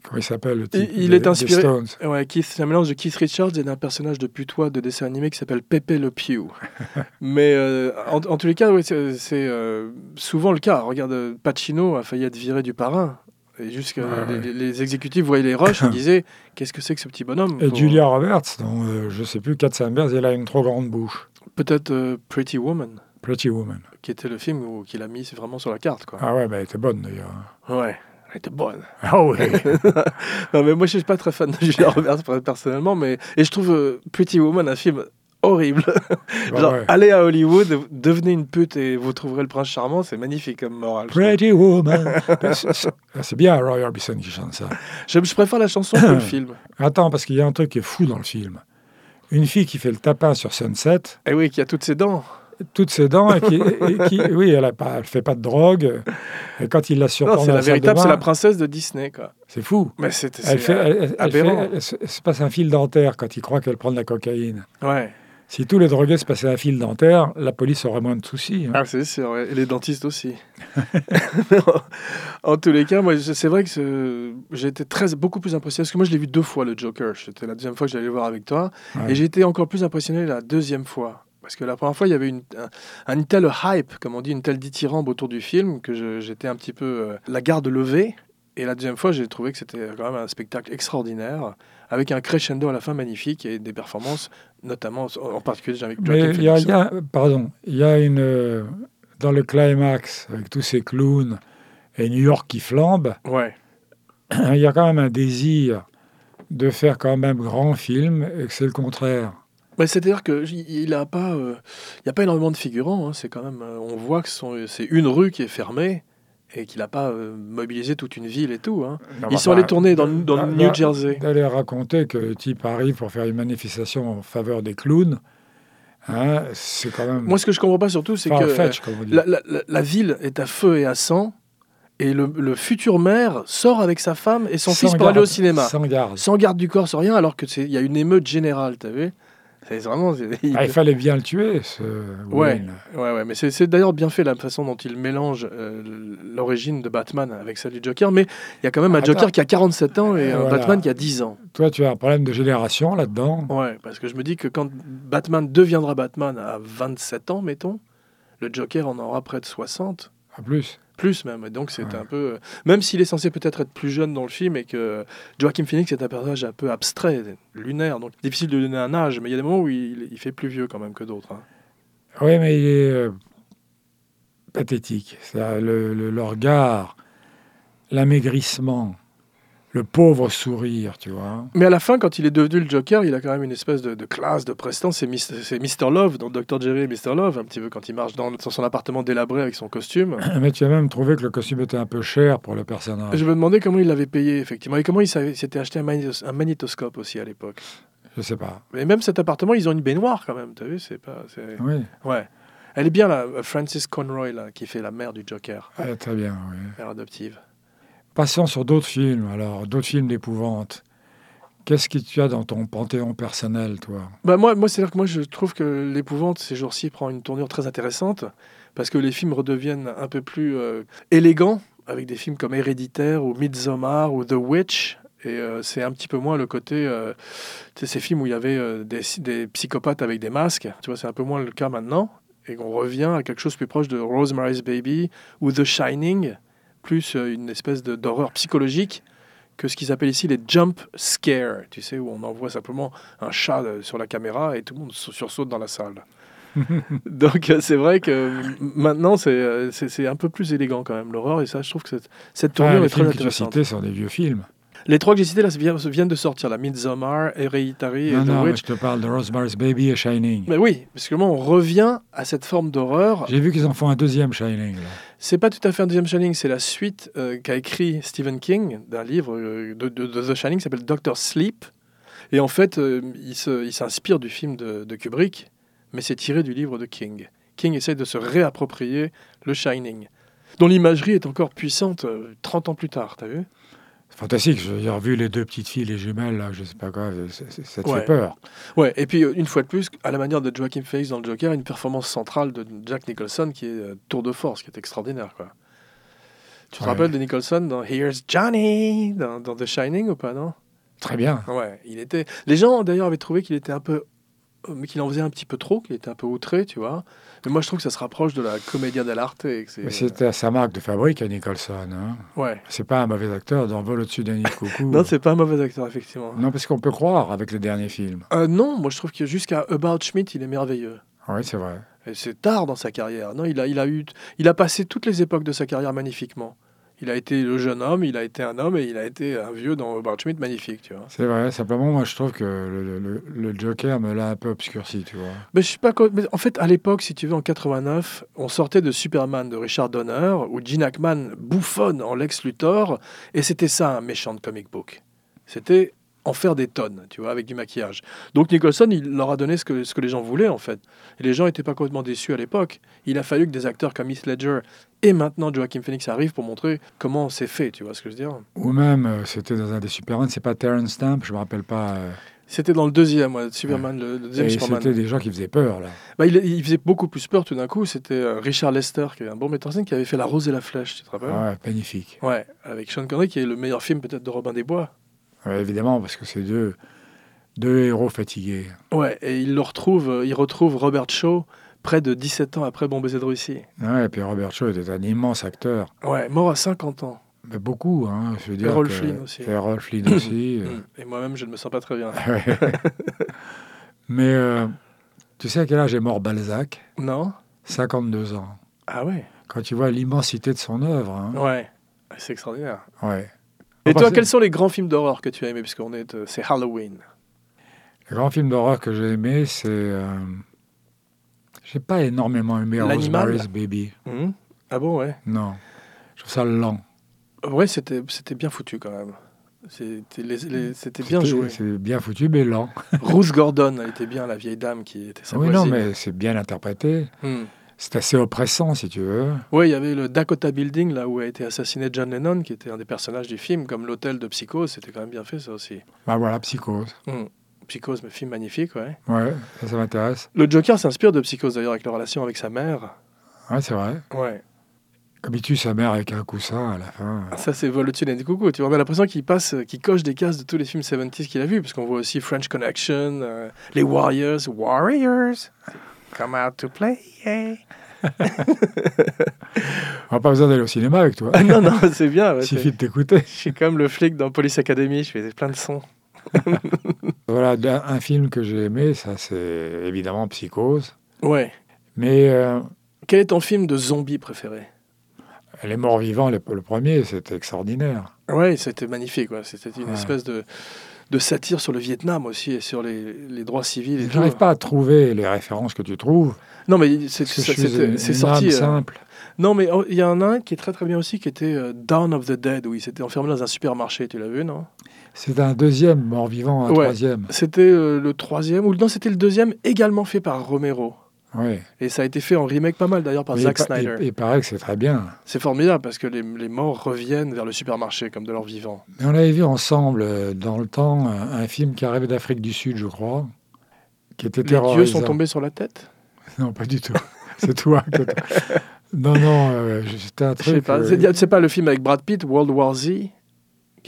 B: Comment il s'appelle le type
A: Il- il
B: des-
A: est
B: des
A: inspiré-
B: Stones.
A: Ouais, Keith, c'est un mélange de Keith Richards et d'un personnage de putois de dessin animé qui s'appelle Pepe Le Pew. Mais euh, en, en tous les cas, ouais, c'est c'est, euh, souvent le cas. Regarde, euh, Pacino a failli être viré du parrain. Et jusqu'à
B: Ouais,
A: les,
B: ouais.
A: les- les exécutifs voyaient les rushs et disaient Qu'est-ce que c'est que ce petit bonhomme
B: Et
A: Pour-
B: Julia Roberts, dans, euh, je sais plus, Cat Sanders, elle a une trop grande bouche.
A: Peut-être euh, Pretty Woman,
B: Pretty Woman.
A: qui était le film où- qu'il a mis vraiment sur la carte. Quoi.
B: Ah ouais, bah, elle était bonne d'ailleurs.
A: Ouais, elle était bonne.
B: Ah ouais
A: Non, mais moi, je suis pas très fan de Julia Roberts personnellement. Mais... Et je trouve euh, Pretty Woman un film horrible.
B: Bah
A: Genre,
B: ouais.
A: allez à Hollywood, devenez une pute et vous trouverez le prince charmant, c'est magnifique comme morale.
B: Pretty Woman. Bah, c'est- c'est c'est bien Roy Orbison qui chante ça.
A: Je, je préfère la chanson que le film.
B: Attends, parce qu'il y a un truc qui est fou dans le film. Une fille qui fait le tapin sur Sunset,
A: Et Eh oui, qui a toutes ses dents.
B: toutes ses dents, et qui, et qui- oui, elle ne fait pas de drogue, et quand il la
A: Non,
B: surprend
A: c'est
B: dans
A: la
B: la salle de
A: véritable, c'est
B: bain,
A: la princesse de Disney, quoi.
B: c'est fou.
A: Mais c'était.
B: Elle,
A: c'est- euh,
B: fait, elle- elle- elle fait-
A: aberrant.
B: elle se, se passe un fil dentaire quand il croit qu'elle prend de la cocaïne.
A: Ouais,
B: Si tous les drogués se passaient un fil dentaire, la police aurait moins de soucis. hein.
A: Ah, c'est sûr, ouais. et les dentistes aussi. en tous les cas, moi, je- c'est vrai que ce- j'ai été très, beaucoup plus impressionné, parce que moi, je l'ai vu deux fois, le Joker. C'était la deuxième fois que j'allais le voir avec toi.
B: Ouais.
A: Et j'ai été encore plus impressionné la deuxième fois. Parce que la première fois, il y avait une, un, un tel hype, comme on dit, une telle dithyrambe autour du film que je- j'étais un petit peu euh, la garde levée. Et la deuxième fois, j'ai trouvé que c'était quand même un spectacle extraordinaire, avec un crescendo à la fin magnifique et des performances, notamment en particulier avec
B: Mais
A: Joaquin
B: il y a,
A: Phoenix.
B: il y a- pardon, il y a une euh, dans le climax avec tous ces clowns et New York qui flambe.
A: Ouais,
B: Hein, Il y a quand même un désir de faire quand même grand film et que c'est le contraire.
A: Mais Bah, c'est-à-dire que j- il a pas, euh, il y a pas énormément de figurants. hein. C'est quand même, euh, on voit que ce sont- c'est une rue qui est fermée et qu'il n'a pas euh, mobilisé toute une ville et tout. hein.
B: Ah, bah,
A: Ils sont allés tourner dans, le- dans le New Jersey.
B: D'aller raconter que le type arrive pour faire une manifestation en faveur des clowns, hein, c'est quand même
A: Moi, ce que je comprends pas surtout, c'est que euh,
B: far-fetched, comme on dit.
A: la, la- la- la ville est à feu et à sang, et le, le futur maire sort avec sa femme et son
B: Sans
A: fils pour aller au
B: garde,
A: cinéma,
B: Sans garde. Ah,
A: sans garde du corps, sans rien, alors que c'est- il y a une émeute générale, t'as vu C'est vraiment. c'est-
B: Ah, il fallait bien le tuer, ce Wayne.
A: Ouais, ouais, mais c'est c'est d'ailleurs bien fait la façon dont il mélange euh, l'origine de Batman avec celle du Joker, mais il y a quand même un
B: Ah, Attends.
A: Joker qui a 47 ans et un
B: Voilà.
A: Batman qui a 10 ans.
B: Toi, tu as un problème de génération là-dedans.
A: Ouais, parce que je me dis que quand Batman deviendra Batman à 27 ans, mettons, le Joker en aura près de 60.
B: En plus,
A: plus même. Et Donc c'est
B: Ouais.
A: un peu, euh, même s'il est censé peut-être être plus jeune dans le film et que Joaquin Phoenix est un personnage un peu abstrait, lunaire, donc difficile de donner un âge, mais il y a des moments où il, il fait plus vieux quand même que d'autres. hein.
B: oui, mais il est euh, pathétique. Ça, le, le- le regard, l'amaigrissement, le pauvre sourire, tu vois.
A: Mais à la fin, quand il est devenu le Joker, il a quand même une espèce de, de classe, de prestance. C'est Mis- c'est Mr. Love dans Dr. Jerry et Mr. Love, un petit peu quand il marche dans, dans son appartement délabré avec son costume.
B: Mais tu as même trouvé que le costume était un peu cher pour le personnage.
A: Je me demandais comment il l'avait payé, effectivement, et comment il savait- s'était acheté un, magnétos- un magnétoscope aussi à l'époque.
B: Je sais pas.
A: Mais même cet appartement, ils ont une baignoire quand même, t'as vu c'est pas, c'est-
B: Oui,
A: Ouais. Elle est bien, là, Frances Conroy, là, qui fait la mère du Joker,
B: Ah, très bien. oui.
A: mère adoptive.
B: Passons sur d'autres films, alors, d'autres films d'épouvante. Qu'est-ce que tu as dans ton panthéon personnel, toi
A: Bah moi, moi c'est-à-dire que moi, je trouve que l'épouvante, ces jours-ci, prend une tournure très intéressante, parce que les films redeviennent un peu plus euh, élégants, avec des films comme Héréditaire ou Midsommar ou The Witch. Et euh, c'est un petit peu moins le côté, euh, tu sais, ces films où il y avait euh, des, des psychopathes avec des masques. Tu vois, c'est un peu moins le cas maintenant. Et qu'on revient à quelque chose de plus proche de Rosemary's Baby ou The Shining, plus euh, une espèce de- d'horreur psychologique que ce qu'ils appellent ici les jump scares, tu sais, où on envoie simplement un chat euh, sur la caméra et tout le monde sau- sursaute dans la salle. Donc euh, c'est vrai que euh, m- maintenant c'est, euh, c'est c'est un peu plus élégant quand même l'horreur et ça je trouve que cette, cette
B: Ah,
A: tournure
B: Les
A: est très
B: films que tu as
A: intéressante.
B: cités sont des vieux films.
A: Les trois que j'ai cités là vi- viennent de sortir, la Midsommar, Hereditary et
B: Non,
A: The
B: non, mais
A: Witch.
B: je te parle de Rosemary's Baby et Shining.
A: Mais oui, parce que moi on revient à cette forme d'horreur.
B: J'ai vu qu'ils en font un deuxième Shining. là.
A: C'est pas tout à fait un deuxième Shining, c'est la suite euh, qu'a écrit Stephen King d'un livre euh, de, de- de The Shining qui s'appelle Doctor Sleep. Et en fait, euh, il se- il s'inspire du film de, de Kubrick, mais c'est tiré du livre de King. King essaie de se réapproprier le Shining, dont l'imagerie est encore puissante euh, 30 ans plus tard, t'as vu
B: C'est fantastique. Je veux dire, vu les deux petites filles, les jumelles, là, je sais pas quoi, c'est- c'est- ça te
A: Ouais.
B: fait peur.
A: Ouais, et puis euh, une fois de plus, à la manière de Joaquin Phoenix dans le Joker, une performance centrale de Jack Nicholson qui est euh, tour de force, qui est extraordinaire, quoi. Tu te
B: Ouais.
A: rappelles de Nicholson dans Here's Johnny, dans, dans The Shining ou pas, non
B: Très bien.
A: Ouais, il était. Les gens d'ailleurs avaient trouvé qu'il était un peu, mais qu'il en faisait un petit peu trop, qu'il était un peu outré, tu vois. Mais moi, je trouve que ça se rapproche de la comédia dell'arte. et que c'est-
B: Mais C'était sa marque de fabrique à Nicholson. Hein.
A: Ouais.
B: C'est pas un mauvais acteur d'en vol au-dessus d'un nid de coucou.
A: Non, c'est pas un mauvais acteur, effectivement.
B: Non, parce qu'on peut croire avec les derniers films.
A: Euh, non, moi, je trouve que jusqu'à About Schmidt, il est merveilleux.
B: Oui, c'est vrai.
A: Et c'est tard dans sa carrière. Non, il a, il a eu, il a passé toutes les époques de sa carrière magnifiquement. Il a été le jeune homme, il a été un homme et il a été un vieux dans About Schmidt magnifique, tu vois.
B: C'est vrai. Simplement, moi, je trouve que le, le- le Joker me l'a un peu obscurci, tu vois.
A: Mais je sais pas quoi- mais en fait, à l'époque, si tu veux, en 89, on sortait de Superman de Richard Donner, où Gene Hackman bouffonne en Lex Luthor, et c'était ça un méchant de comic book. C'était en faire des tonnes, tu vois, avec du maquillage. Donc Nicholson, il leur a donné ce que, ce que les gens voulaient, en fait. Et les gens n'étaient pas complètement déçus à l'époque. Il a fallu que des acteurs comme Heath Ledger et maintenant Joaquin Phoenix arrivent pour montrer comment c'est fait, tu vois ce que je veux dire.
B: Ou même, euh, c'était dans un des Superman, c'est pas Terrence Stamp, je me rappelle pas. euh,
A: C'était dans le deuxième, ouais, Superman, le, le deuxième
B: et
A: Superman.
B: c'était des gens qui faisaient peur, là.
A: Bah, il, il faisait beaucoup plus peur tout d'un coup. C'était euh, Richard Lester, qui est un bon metteur en scène, qui avait fait La Rose et la Flèche, tu te rappelles
B: Ouais, magnifique.
A: Ouais, avec Sean Connery, qui est le meilleur film peut-être de Robin des Bois.
B: Ouais, évidemment, parce que c'est deux, deux héros fatigués.
A: Ouais, et il le retrouve, euh, il retrouve Robert Shaw près de 17 ans après Bon baiser de Russie.
B: Ouais, et puis Robert Shaw était un immense acteur.
A: Ouais, mort à 50 ans.
B: Mais beaucoup, hein, je veux dire.
A: Errol
B: que-
A: Flynn aussi.
B: Errol Flynn aussi. euh,
A: Mm. Et moi-même, je ne me sens pas très bien.
B: ouais.
A: Mm.
B: Mais euh, tu sais à quel âge est mort Balzac
A: Non
B: 52 ans.
A: Ah ouais
B: Quand tu vois l'immensité de son œuvre. hein.
A: Ouais, Ah, c'est extraordinaire.
B: Ouais.
A: Et
B: Enfin,
A: toi,
B: c'est-
A: quels sont les grands films d'horreur que tu as aimés Puisqu'on est. euh, c'est Halloween.
B: Le grand film d'horreur que j'ai aimé, c'est. euh, J'ai pas énormément aimé
A: L'animal
B: Rosemary's Baby.
A: Hum Ah bon, ouais
B: Non. Je trouve ça lent.
A: Ouais, c'était c'était bien foutu quand même. C'était les- les- c'était bien
B: C'était-
A: joué.
B: C'est bien foutu, mais lent.
A: Ruth Gordon, elle était bien, la vieille dame qui était sa
B: Ah oui, non,
A: voisine.
B: mais c'est bien interprété.
A: Hmm.
B: C'est assez oppressant, si tu veux.
A: Ouais, il y avait le Dakota Building, là où a été assassiné John Lennon, qui était un des personnages du film, comme l'hôtel de Psychose, c'était quand même bien fait ça aussi.
B: Bah voilà, psychose.
A: Hmm. Psychose, mais film magnifique, ouais.
B: Ouais, ça, ça m'intéresse.
A: Le Joker s'inspire de Psychose d'ailleurs, avec la relation avec sa mère.
B: Ouais, c'est vrai.
A: Ouais.
B: Comme il tue sa mère avec un coussin à la fin.
A: Ça, c'est Vol au-dessus des coucou. Tu vois, on a l'impression qu'il passe, euh, qu'il coche des cases de tous les films 70s qu'il a vus, parce qu'on voit aussi French Connection, euh, Les Warriors, Warriors, come out to play, yeah.
B: On n'a pas besoin d'aller au cinéma avec toi.
A: Ah non, non, c'est bien. ouais,
B: Il
A: c'est-
B: suffit de t'écouter.
A: Je suis comme le flic dans Police Academy, je fais plein de sons.
B: Voilà, d'un- un film que j'ai aimé, ça c'est évidemment Psychose.
A: Ouais.
B: Mais euh,
A: Quel est ton film de zombie préféré
B: Les morts vivants, le, le premier, c'était extraordinaire.
A: Oui, c'était magnifique. ouais. C'était une
B: Ouais.
A: espèce de, de satire sur le Vietnam aussi et sur les, les droits civils. Et
B: Je
A: tout.
B: n'arrive pas à trouver les références que tu trouves.
A: Non, mais c'est
B: Parce que
A: ça-
B: je suis
A: c'était-
B: une
A: c'est
B: âme
A: sorti. euh,
B: simple.
A: Non, mais oh, il y en a un qui est très très bien aussi, qui était euh, Dawn of the Dead, où il s'était enfermé dans un supermarché, tu l'as vu, non
B: C'est un deuxième mort-vivant, un
A: Ouais.
B: troisième.
A: C'était euh, le troisième, ou non, c'était le deuxième, également fait par Romero.
B: Oui.
A: Et ça a été fait en remake pas mal d'ailleurs par
B: Mais
A: Zack
B: il pa-
A: Snyder.
B: Il, il paraît que c'est très bien.
A: C'est formidable parce que les, les morts reviennent vers le supermarché comme de leur vivant.
B: Mais on avait vu ensemble, euh, dans le temps, un, un film qui arrivait d'Afrique du Sud, je crois, qui était
A: Les dieux sont
B: terrorisant.
A: tombés sur la tête
B: Non, pas du tout. C'est toi. que t- non, non, euh, c'était un
A: Je
B: truc.
A: sais pas.
B: euh,
A: C'est- C'est pas le film avec Brad Pitt, World War Z, qui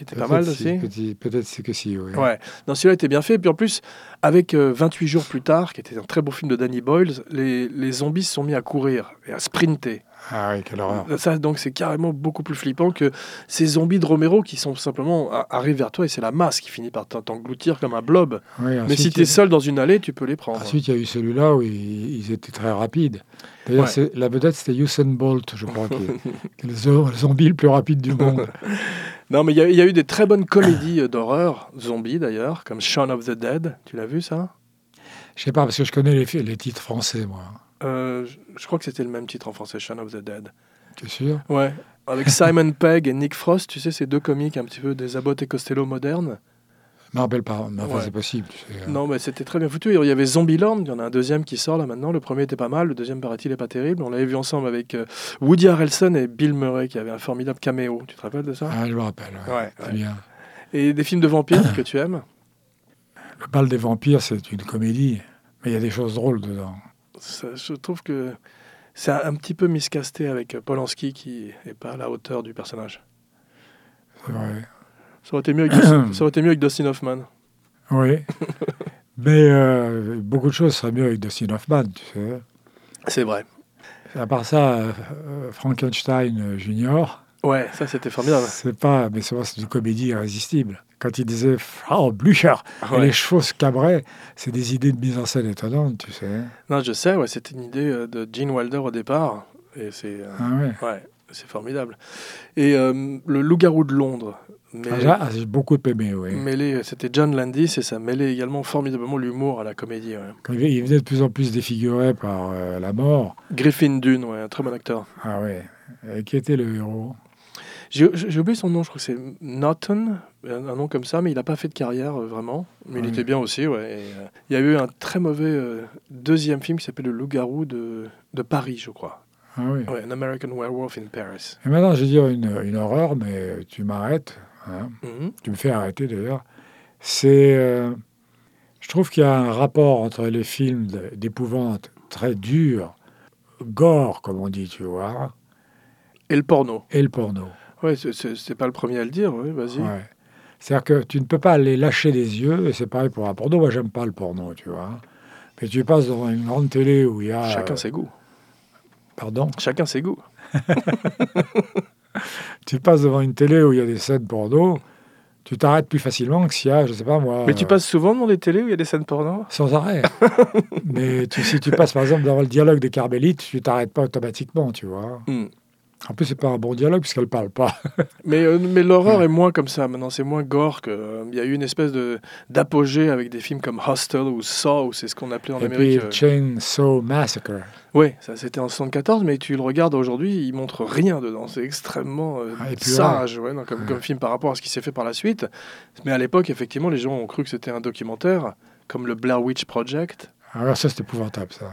A: était pas
B: peut-être
A: mal
B: si,
A: aussi
B: petit- Peut-être c'est que si, oui.
A: Ouais, non, celui-là était bien fait. Et puis en plus, avec euh, 28 jours plus tard, qui était un très beau film de Danny Boyle, les, les zombies se sont mis à courir et à sprinter.
B: Ah oui, quelle horreur.
A: Ça, donc, c'est carrément beaucoup plus flippant que ces zombies de Romero qui sont simplement a- arrivent vers toi et c'est la masse qui finit par t'en- t'engloutir comme un blob.
B: Oui,
A: Mais
B: ensuite,
A: si
B: il-
A: t'es seul dans une allée, tu peux les prendre.
B: Ensuite, il y a eu celui-là où ils, ils étaient très rapides. D'ailleurs,
A: Ouais.
B: c'est- la vedette, c'était Usain Bolt, je crois, qui qui est le zo- le zombie le plus rapide du monde.
A: Non, mais il y, a- il y a eu des très bonnes comédies euh, d'horreur, zombies d'ailleurs, comme Shaun of the Dead. Tu l'as vu ça
B: Je sais pas, parce que je connais les, fi- les titres français, moi. hein,
A: Euh, je- Je crois que c'était le même titre en français, Shaun of the Dead.
B: Tu es sûr
A: Ouais. Avec Simon Pegg et Nick Frost, tu sais, ces deux comiques un petit peu des Abbott et Costello modernes.
B: Je me rappelle pas. Mais enfin,
A: Ouais.
B: c'est possible. tu sais.
A: Non, mais c'était très bien foutu. Il y avait Zombieland, il y en a un deuxième qui sort là maintenant. Le premier était pas mal, le deuxième, paraît-il, est pas terrible. On l'avait vu ensemble avec euh, Woody Harrelson et Bill Murray qui avait un formidable caméo. Tu te rappelles de ça
B: Ah, je me rappelle. ouais.
A: Ouais,
B: C'est
A: ouais.
B: bien.
A: Et des films de vampires que tu aimes
B: Le bal des vampires, c'est une comédie, mais il y a des choses drôles dedans.
A: Ça, je trouve que c'est un petit peu miscasté avec Polanski qui n'est pas à la hauteur du personnage.
B: C'est vrai.
A: Ça aurait été mieux avec, Dustin- ça aurait été mieux avec Dustin Hoffman.
B: Oui. mais euh, beaucoup de choses seraient mieux avec Dustin Hoffman, tu sais.
A: C'est vrai.
B: À part ça, euh, euh, Frankenstein euh, Junior,
A: Ouais, ça c'était formidable.
B: c'est pas, mais c'est vrai, c'est une comédie irrésistible. Quand il disait Frau Blücher et
A: Ouais.
B: les chevaux se cabraient, c'est des idées de mise en scène étonnantes, tu sais.
A: Non, je sais, ouais, c'était une idée euh, de Gene Wilder au départ. Et c'est euh,
B: Ah ouais.
A: ouais, c'est formidable. Et euh, le loup-garou de Londres, mais- Mm.
B: Ah, j'a- ah, j'ai beaucoup aimé, oui.
A: mêlé, euh, c'était John Landis et ça mêlait également formidablement l'humour à la comédie. ouais.
B: Quand il il venait de plus en plus défiguré par euh, la mort.
A: Griffin Dune, ouais, un très bon acteur.
B: Ah ouais. Et qui était le héros
A: J'ai j'ai oublié son nom, je crois que c'est Norton, un un nom comme ça, mais il n'a pas fait de carrière euh, vraiment. Mais il
B: Ouais.
A: était bien aussi, ouais. et, euh, il y a eu un très mauvais euh, deuxième film qui s'appelle Le Loup-garou de, de Paris, je crois.
B: Ah oui.
A: Ouais, An American Werewolf in Paris.
B: Et maintenant, je vais dire une, une horreur, mais tu m'arrêtes. hein.
A: Mhm.
B: Tu me fais arrêter d'ailleurs. C'est. euh, je trouve qu'il y a un rapport entre les films de- d'épouvante très durs, gore, comme on dit, tu vois,
A: Et le porno.
B: et le porno.
A: Ouais, c'est- c'est c'est pas le premier à le dire, ouais, vas-y.
B: Ouais. C'est-à-dire que tu ne peux pas les lâcher des yeux, et c'est pareil pour un porno. Moi, j'aime pas le porno, tu vois. Mais tu passes dans une grande télé où il y a.
A: Chacun
B: euh,
A: ses goûts.
B: Pardon
A: Chacun ses goûts.
B: Tu passes devant une télé où il y a des scènes porno, tu t'arrêtes plus facilement que s'il y a, je sais pas moi.
A: Mais tu
B: euh,
A: passes souvent dans les télés où il y a des scènes porno
B: Sans arrêt. Mais tu- si tu passes par exemple devant le dialogue des Carmélites, tu t'arrêtes pas automatiquement, tu vois.
A: Hmm.
B: En plus, c'est pas un bon dialogue puisqu'elle parle pas.
A: Mais, euh, mais l'horreur est moins comme ça maintenant, c'est moins gore que. euh, Il y a eu une espèce de d'apogée avec des films comme Hostel ou Saw, ou c'est ce qu'on appelait en
B: Et puis
A: Amérique. euh,
B: Chainsaw Massacre.
A: Oui, ça c'était en 74, mais tu le regardes aujourd'hui, il montre rien dedans. C'est extrêmement euh,
B: Ah, et puis
A: sage ouais, non, comme,
B: Ouais.
A: comme film par rapport à ce qui s'est fait par la suite. Mais à l'époque, effectivement, les gens ont cru que c'était un documentaire, comme le Blair Witch Project.
B: Alors ça, c'est épouvantable ça.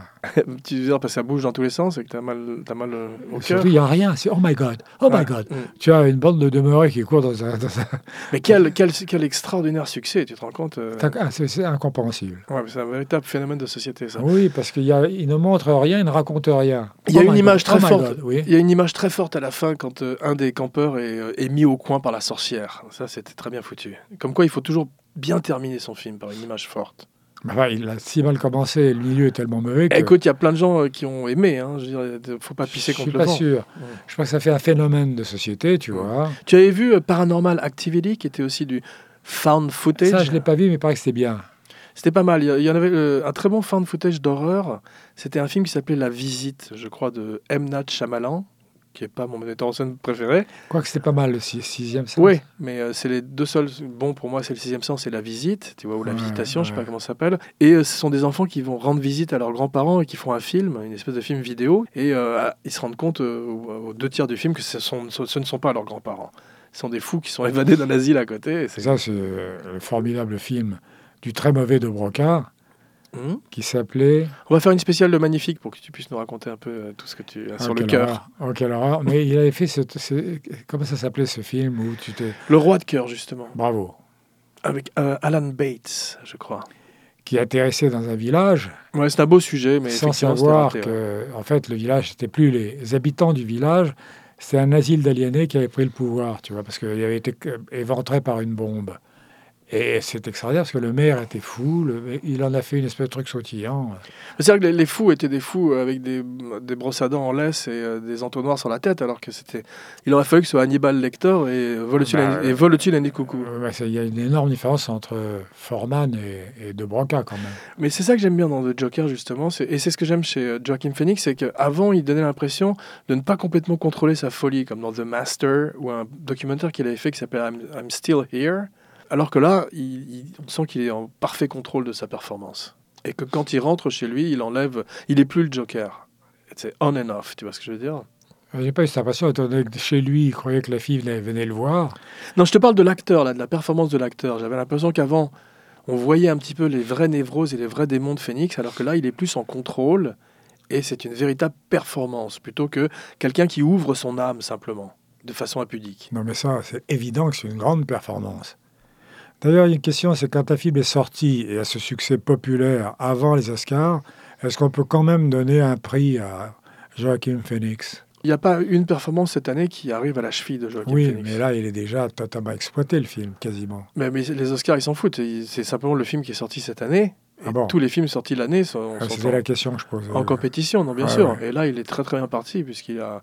A: tu veux dire, parce que ça bouge dans tous les sens et que t'as mal, t'as mal euh, au cœur.
B: Surtout, il y a rien. C'est oh my god, oh
A: Ouais.
B: my god.
A: Mm.
B: Tu as une bande de demeurés qui court dans un. dans un-
A: Mais quel, quel, quel extraordinaire succès, tu te rends compte euh,
B: Ah, c'est- c'est incompréhensible.
A: ouais, C'est un véritable phénomène de société, ça.
B: Oui, parce qu'il y a- il ne montre rien, il ne raconte rien.
A: Il y a
B: Oh
A: une
B: my
A: image
B: God,
A: très
B: oh my
A: forte.
B: God, oui.
A: Il y a une image très forte à la fin quand euh, un des campeurs est, euh, est mis au coin par la sorcière. Ça, c'était très bien foutu. Comme quoi, il faut toujours bien terminer son film par une image forte.
B: Enfin, il a si mal commencé, et le milieu est tellement mauvais. Que...
A: Écoute, il y a plein de gens euh, qui ont aimé. Hein, je veux dire, euh, faut pas pisser
B: je suis
A: contre le
B: pas
A: vent.
B: sûr.
A: Ouais.
B: Je crois que ça fait un phénomène de société, tu
A: Mm.
B: vois.
A: Tu avais vu euh, Paranormal Activity, qui était aussi du found footage.
B: Ça, je l'ai pas vu, mais il paraît que c'est bien.
A: C'était pas mal. Il y a- il y en avait euh, un très bon found footage d'horreur. C'était un film qui s'appelait La Visite, je crois, de M. Night Shyamalan, qui est pas mon metteur en scène préféré.
B: Quoique c'était pas mal le six- sixième sens.
A: Oui, mais euh, c'est les deux seuls bons pour moi, c'est le sixième sens et la visite, tu vois, ou la
B: Ouais,
A: visitation, je sais
B: ouais.
A: pas comment ça s'appelle. Et euh, ce sont des enfants qui vont rendre visite à leurs grands-parents et qui font un film, une espèce de film vidéo, et euh, ils se rendent compte euh, aux aux deux tiers du film que ce, sont- ce- ce ne sont pas leurs grands-parents. Ce sont des fous qui sont évadés d'un asile à côté. et c'est-
B: Ça, c'est euh, le formidable film du très mauvais de Brocard
A: Hum.
B: qui s'appelait.
A: On va faire une spéciale de Magnifique pour que tu puisses nous raconter un peu euh, tout ce que tu as
B: Ah,
A: sur le
B: quelle
A: cœur.
B: horreur. Oh, quelle horreur. Mais il avait fait. Ce, ce- comment ça s'appelait ce film où tu t'es.
A: Le roi de cœur, justement,
B: Bravo.
A: avec euh, Alan Bates, je crois.
B: Qui atterrissait dans un village
A: Ouais, c'est un beau sujet, mais
B: sans
A: effectivement, c'était
B: savoir
A: raté, ouais.
B: que, en fait, le village, c'était plus les habitants du village, c'était un asile d'aliénés qui avait pris le pouvoir, tu vois, parce qu'il avait été euh, éventré par une bombe. Et c'est extraordinaire parce que le maire était fou, le- il en a fait une espèce de truc sautillant.
A: C'est-à-dire que les, les fous étaient des fous avec des, des brosses à dents en laisse et euh, des entonnoirs sur la tête, alors que c'était. Il aurait fallu que ce soit Hannibal Lecter et Volatil
B: Bah,
A: et Volatil and the Cuckoo.
B: Euh, bah, c'est- Il y a une énorme différence entre Forman et, et De Branca quand même.
A: Mais c'est ça que j'aime bien dans The Joker, justement, c'est- et c'est ce que j'aime chez euh, Joaquin Phoenix, c'est qu'avant, il donnait l'impression de ne pas complètement contrôler sa folie, comme dans The Master ou un documentaire qu'il avait fait qui s'appelle I'm, I'm Still Here, alors que là, il- il- on sent qu'il est en parfait contrôle de sa performance. Et que quand il rentre chez lui, il enlève. Il est plus le Joker. C'est on and off, tu vois ce que je veux dire
B: Euh, J'ai pas eu cette impression, étant donné que chez lui, il croyait que la fille venait, venait le voir.
A: Non, je te parle de l'acteur, là, de la performance de l'acteur. J'avais l'impression qu'avant, on voyait un petit peu les vraies névroses et les vrais démons de Phoenix, alors que là, il est plus en contrôle et c'est une véritable performance plutôt que quelqu'un qui ouvre son âme simplement, de façon impudique.
B: Non, mais ça, c'est évident que c'est une grande performance. D'ailleurs, il y a une question, c'est quand ta film est sortie et a ce succès populaire avant les Oscars, est-ce qu'on peut quand même donner un prix à Joachim Phoenix
A: Il n'y a pas une performance cette année qui arrive à la cheville de Joaquin
B: Oui,
A: Phoenix.
B: mais là, il est déjà totalement exploité, le film, quasiment.
A: Mais, mais les Oscars, ils s'en foutent. Ils- C'est simplement le film qui est sorti cette année. Et
B: Ah bon
A: tous les films sortis l'année sont,
B: Ah,
A: sont
B: C'était
A: en-
B: la question que je posais.
A: en compétition, non, bien
B: Ouais,
A: sûr.
B: ouais.
A: Et là, il est très très bien parti puisqu'il a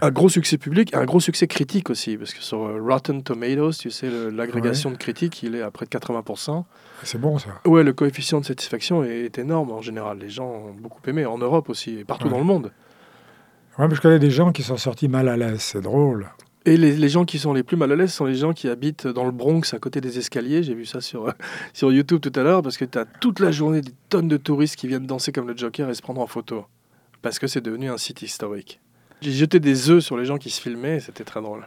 A: un gros succès public, un gros succès critique aussi, parce que sur euh, Rotten Tomatoes, tu sais, le- l'agrégation de critiques, il est à près de 80%.
B: C'est bon, ça.
A: Ouais, le coefficient de satisfaction est, est énorme en général. Les gens ont beaucoup aimé, en Europe aussi, et partout
B: Ouais.
A: dans le monde.
B: Ouais, mais je connais des gens qui sont sortis mal à l'aise, c'est drôle.
A: Et les, les gens qui sont les plus mal à l'aise sont les gens qui habitent dans le Bronx à côté des escaliers. J'ai vu ça sur, euh, sur YouTube tout à l'heure parce que tu as toute la journée des tonnes de touristes qui viennent danser comme le Joker et se prendre en photo. Parce que c'est devenu un site historique. J'ai jeté des œufs sur les gens qui se filmaient et c'était très drôle.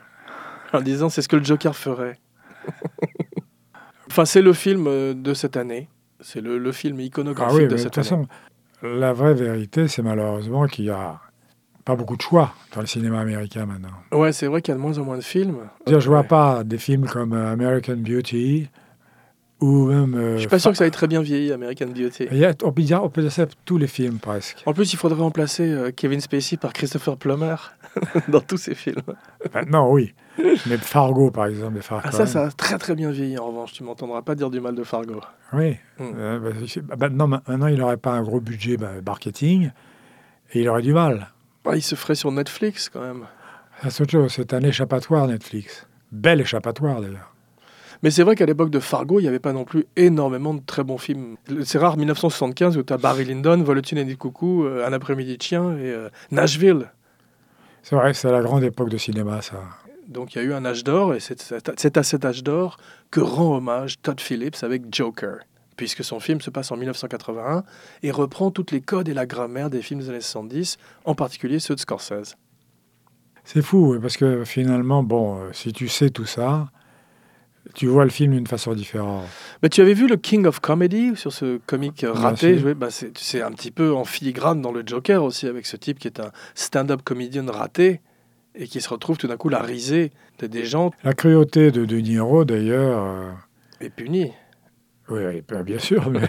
A: En disant c'est ce que le Joker ferait. enfin, c'est le film euh, de cette année. C'est le, le film
B: Ah
A: iconographique
B: oui, mais
A: de
B: de toute
A: cette année.
B: façon, la vraie vérité, c'est malheureusement qu'il n'y a pas beaucoup de choix dans le cinéma américain maintenant.
A: Ouais, c'est vrai qu'il y a de moins en moins de films. Euh,
B: Je je vois pas des films comme euh, American Beauty ou même. euh,
A: Je suis pas sûr
B: Fa-
A: que ça ait très bien vieilli, American Beauty.
B: Il y a- on peut dire, on peut dire ça pour tous les films presque.
A: En plus, il faudrait remplacer euh, Kevin Spacey par Christopher Plummer dans tous ses films.
B: Maintenant, Ben, oui. Mais Fargo, par exemple, les Fargo.
A: Ah, ça, ça a très très bien vieilli en revanche. Tu m'entendras pas dire du mal de Fargo.
B: Oui.
A: Mm.
B: Euh, bah, c'est- bah, maintenant, ma- maintenant, il n'aurait pas un gros budget bah, marketing et il aurait du mal.
A: Ah, il se ferait sur Netflix quand même.
B: Ça, C'est autre chose. C'est un échappatoire Netflix. Bel échappatoire d'ailleurs.
A: Mais c'est vrai qu'à l'époque de Fargo, il n'y avait pas non plus énormément de très bons films. Le- C'est rare 1975 où tu as Barry Lyndon, Volotine et du coucou, euh, Un après-midi de chien et euh, Nashville.
B: C'est vrai, c'est la grande époque de cinéma, ça.
A: Donc il y a eu un âge d'or et c'est- c'est c'est à cet âge d'or que rend hommage Todd Phillips avec Joker, puisque son film se passe en 1981 et reprend toutes les codes et la grammaire des films des années 70, en particulier ceux de Scorsese.
B: C'est fou, oui, parce que finalement, bon, euh, si tu sais tout ça, tu vois le film d'une façon différente.
A: Mais tu avais vu le King of Comedy sur ce comique euh,
B: Bien
A: raté
B: sûr.
A: joué bah, C'est c'est un petit peu en filigrane dans le Joker aussi, avec ce type qui est un stand-up comédien raté et qui se retrouve tout d'un coup la risée de- des gens
B: La cruauté de De Niro, d'ailleurs, euh,
A: et puni.
B: oui, oui, ben, bien sûr, mais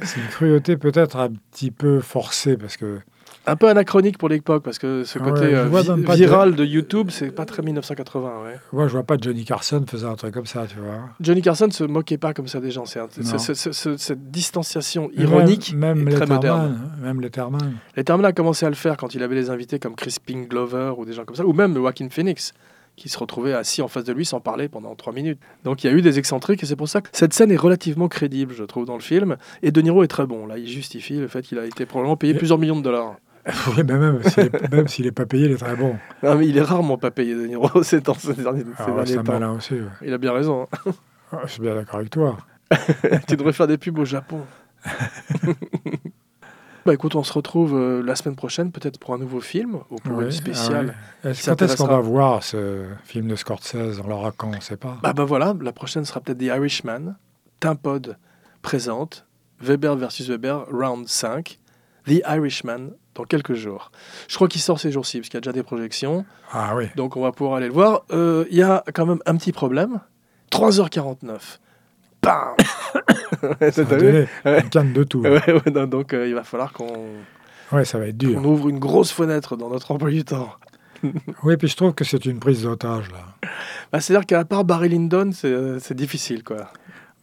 B: c'est une cruauté peut-être un petit peu forcée, parce que
A: Un peu anachronique pour l'époque, parce que ce
B: Ah
A: côté
B: ouais, je
A: euh,
B: vois
A: vi-
B: même pas de-
A: viral de YouTube, c'est pas très 1980. Ouais.
B: moi, je vois pas Johnny Carson faisant un truc comme ça, tu vois.
A: Johnny Carson ne se moquait pas comme ça des gens. C'est un-
B: Non.
A: ce- ce- ce- cette distanciation
B: Et
A: ironique
B: même, même
A: est très moderne.
B: Letterman, même Letterman.
A: Letterman a commencé à le faire quand il avait des invités comme Crispin Glover ou des gens comme ça, ou même Joaquin Phoenix, qui se retrouvait assis en face de lui sans parler pendant trois minutes. Donc il y a eu des excentriques et c'est pour ça que cette scène est relativement crédible, je trouve, dans le film. Et De Niro est très bon. Là, il justifie le fait qu'il a été probablement payé
B: Mais-
A: plusieurs millions de dollars.
B: Oui, mais même s'il est- même s'il n'est pas payé, il est très bon.
A: Non, mais il est rarement pas payé, De Niro, ces, temps- ces derniers, ces
B: Alors,
A: derniers
B: Ah ça
A: temps.
B: malin aussi. ouais.
A: Il a bien raison. hein.
B: Ah, je suis bien d'accord avec toi.
A: tu devrais faire des pubs au Japon. bah écoute, on se retrouve euh, la semaine prochaine, peut-être pour un nouveau film ou pour
B: Ouais,
A: une spéciale.
B: ah ouais. Est-ce-
A: qui
B: Quand est-ce qu'on
A: s'intéressera.
B: va voir ce film de Scorsese On l'aura quand On ne sait pas.
A: Bah bah voilà, la prochaine sera peut-être The Irishman, Timpod présente, Weber versus Weber, round 5, The Irishman dans quelques jours. Je crois qu'il sort ces jours-ci, parce qu'il y a déjà des projections,
B: Ah oui.
A: donc on va pouvoir aller le voir. Euh, Il y a quand même un petit problème, 3h49. Bam
B: Ça
A: T'as
B: va
A: vu
B: donner
A: Ouais.
B: Ah, une canne de tout.
A: Ouais, ouais, non, donc euh, il va falloir qu'on
B: Ouais, ça va être dur.
A: qu'on ouvre une grosse fenêtre dans notre emploi du temps.
B: Oui, puis je trouve que c'est une prise d'otage, là.
A: Bah, C'est-à-dire qu'à part Barry Lyndon, c'est euh, c'est difficile, quoi.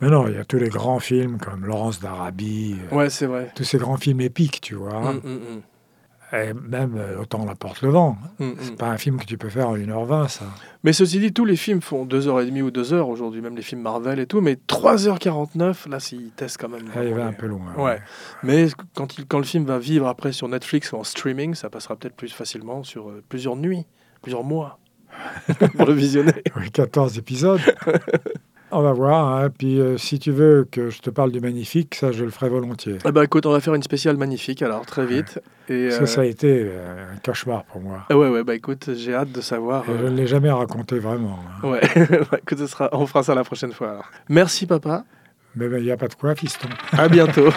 B: Mais non, il y a tous les grands films comme Laurence d'Arabie, euh,
A: Ouais, c'est vrai.
B: tous ces grands films épiques, tu vois.
A: Mm, mm,
B: Et même euh, Autant la porte le vent.
A: mm, mm,
B: C'est
A: mm.
B: pas un film que tu peux faire en 1h20, ça.
A: Mais ceci dit, tous les films font 2h30 ou 2h aujourd'hui, même les films Marvel et tout, mais 3h49, là, ils testent quand même.
B: Là, Ah, il va un peu loin.
A: Ouais. Mais quand, il, quand le film va vivre après sur Netflix ou en streaming, ça passera peut-être plus facilement sur euh, plusieurs nuits, plusieurs mois, pour le visionner.
B: Oui, 14 épisodes. On va voir. hein. Puis euh, si tu veux que je te parle du magnifique, ça, je le ferai volontiers.
A: Eh ben, écoute, on va faire une spéciale magnifique, alors, très vite. Et,
B: Parce
A: euh,
B: que ça a été euh, un cauchemar pour moi.
A: ah ouais, ouais, bah écoute, j'ai hâte de savoir.
B: Et je
A: euh,
B: ne l'ai jamais raconté vraiment. hein.
A: Ouais, Bah, écoute, ce sera, on fera ça la prochaine fois. alors. Merci papa,
B: Mais ben, il n'y a pas de quoi, fiston.
A: à bientôt.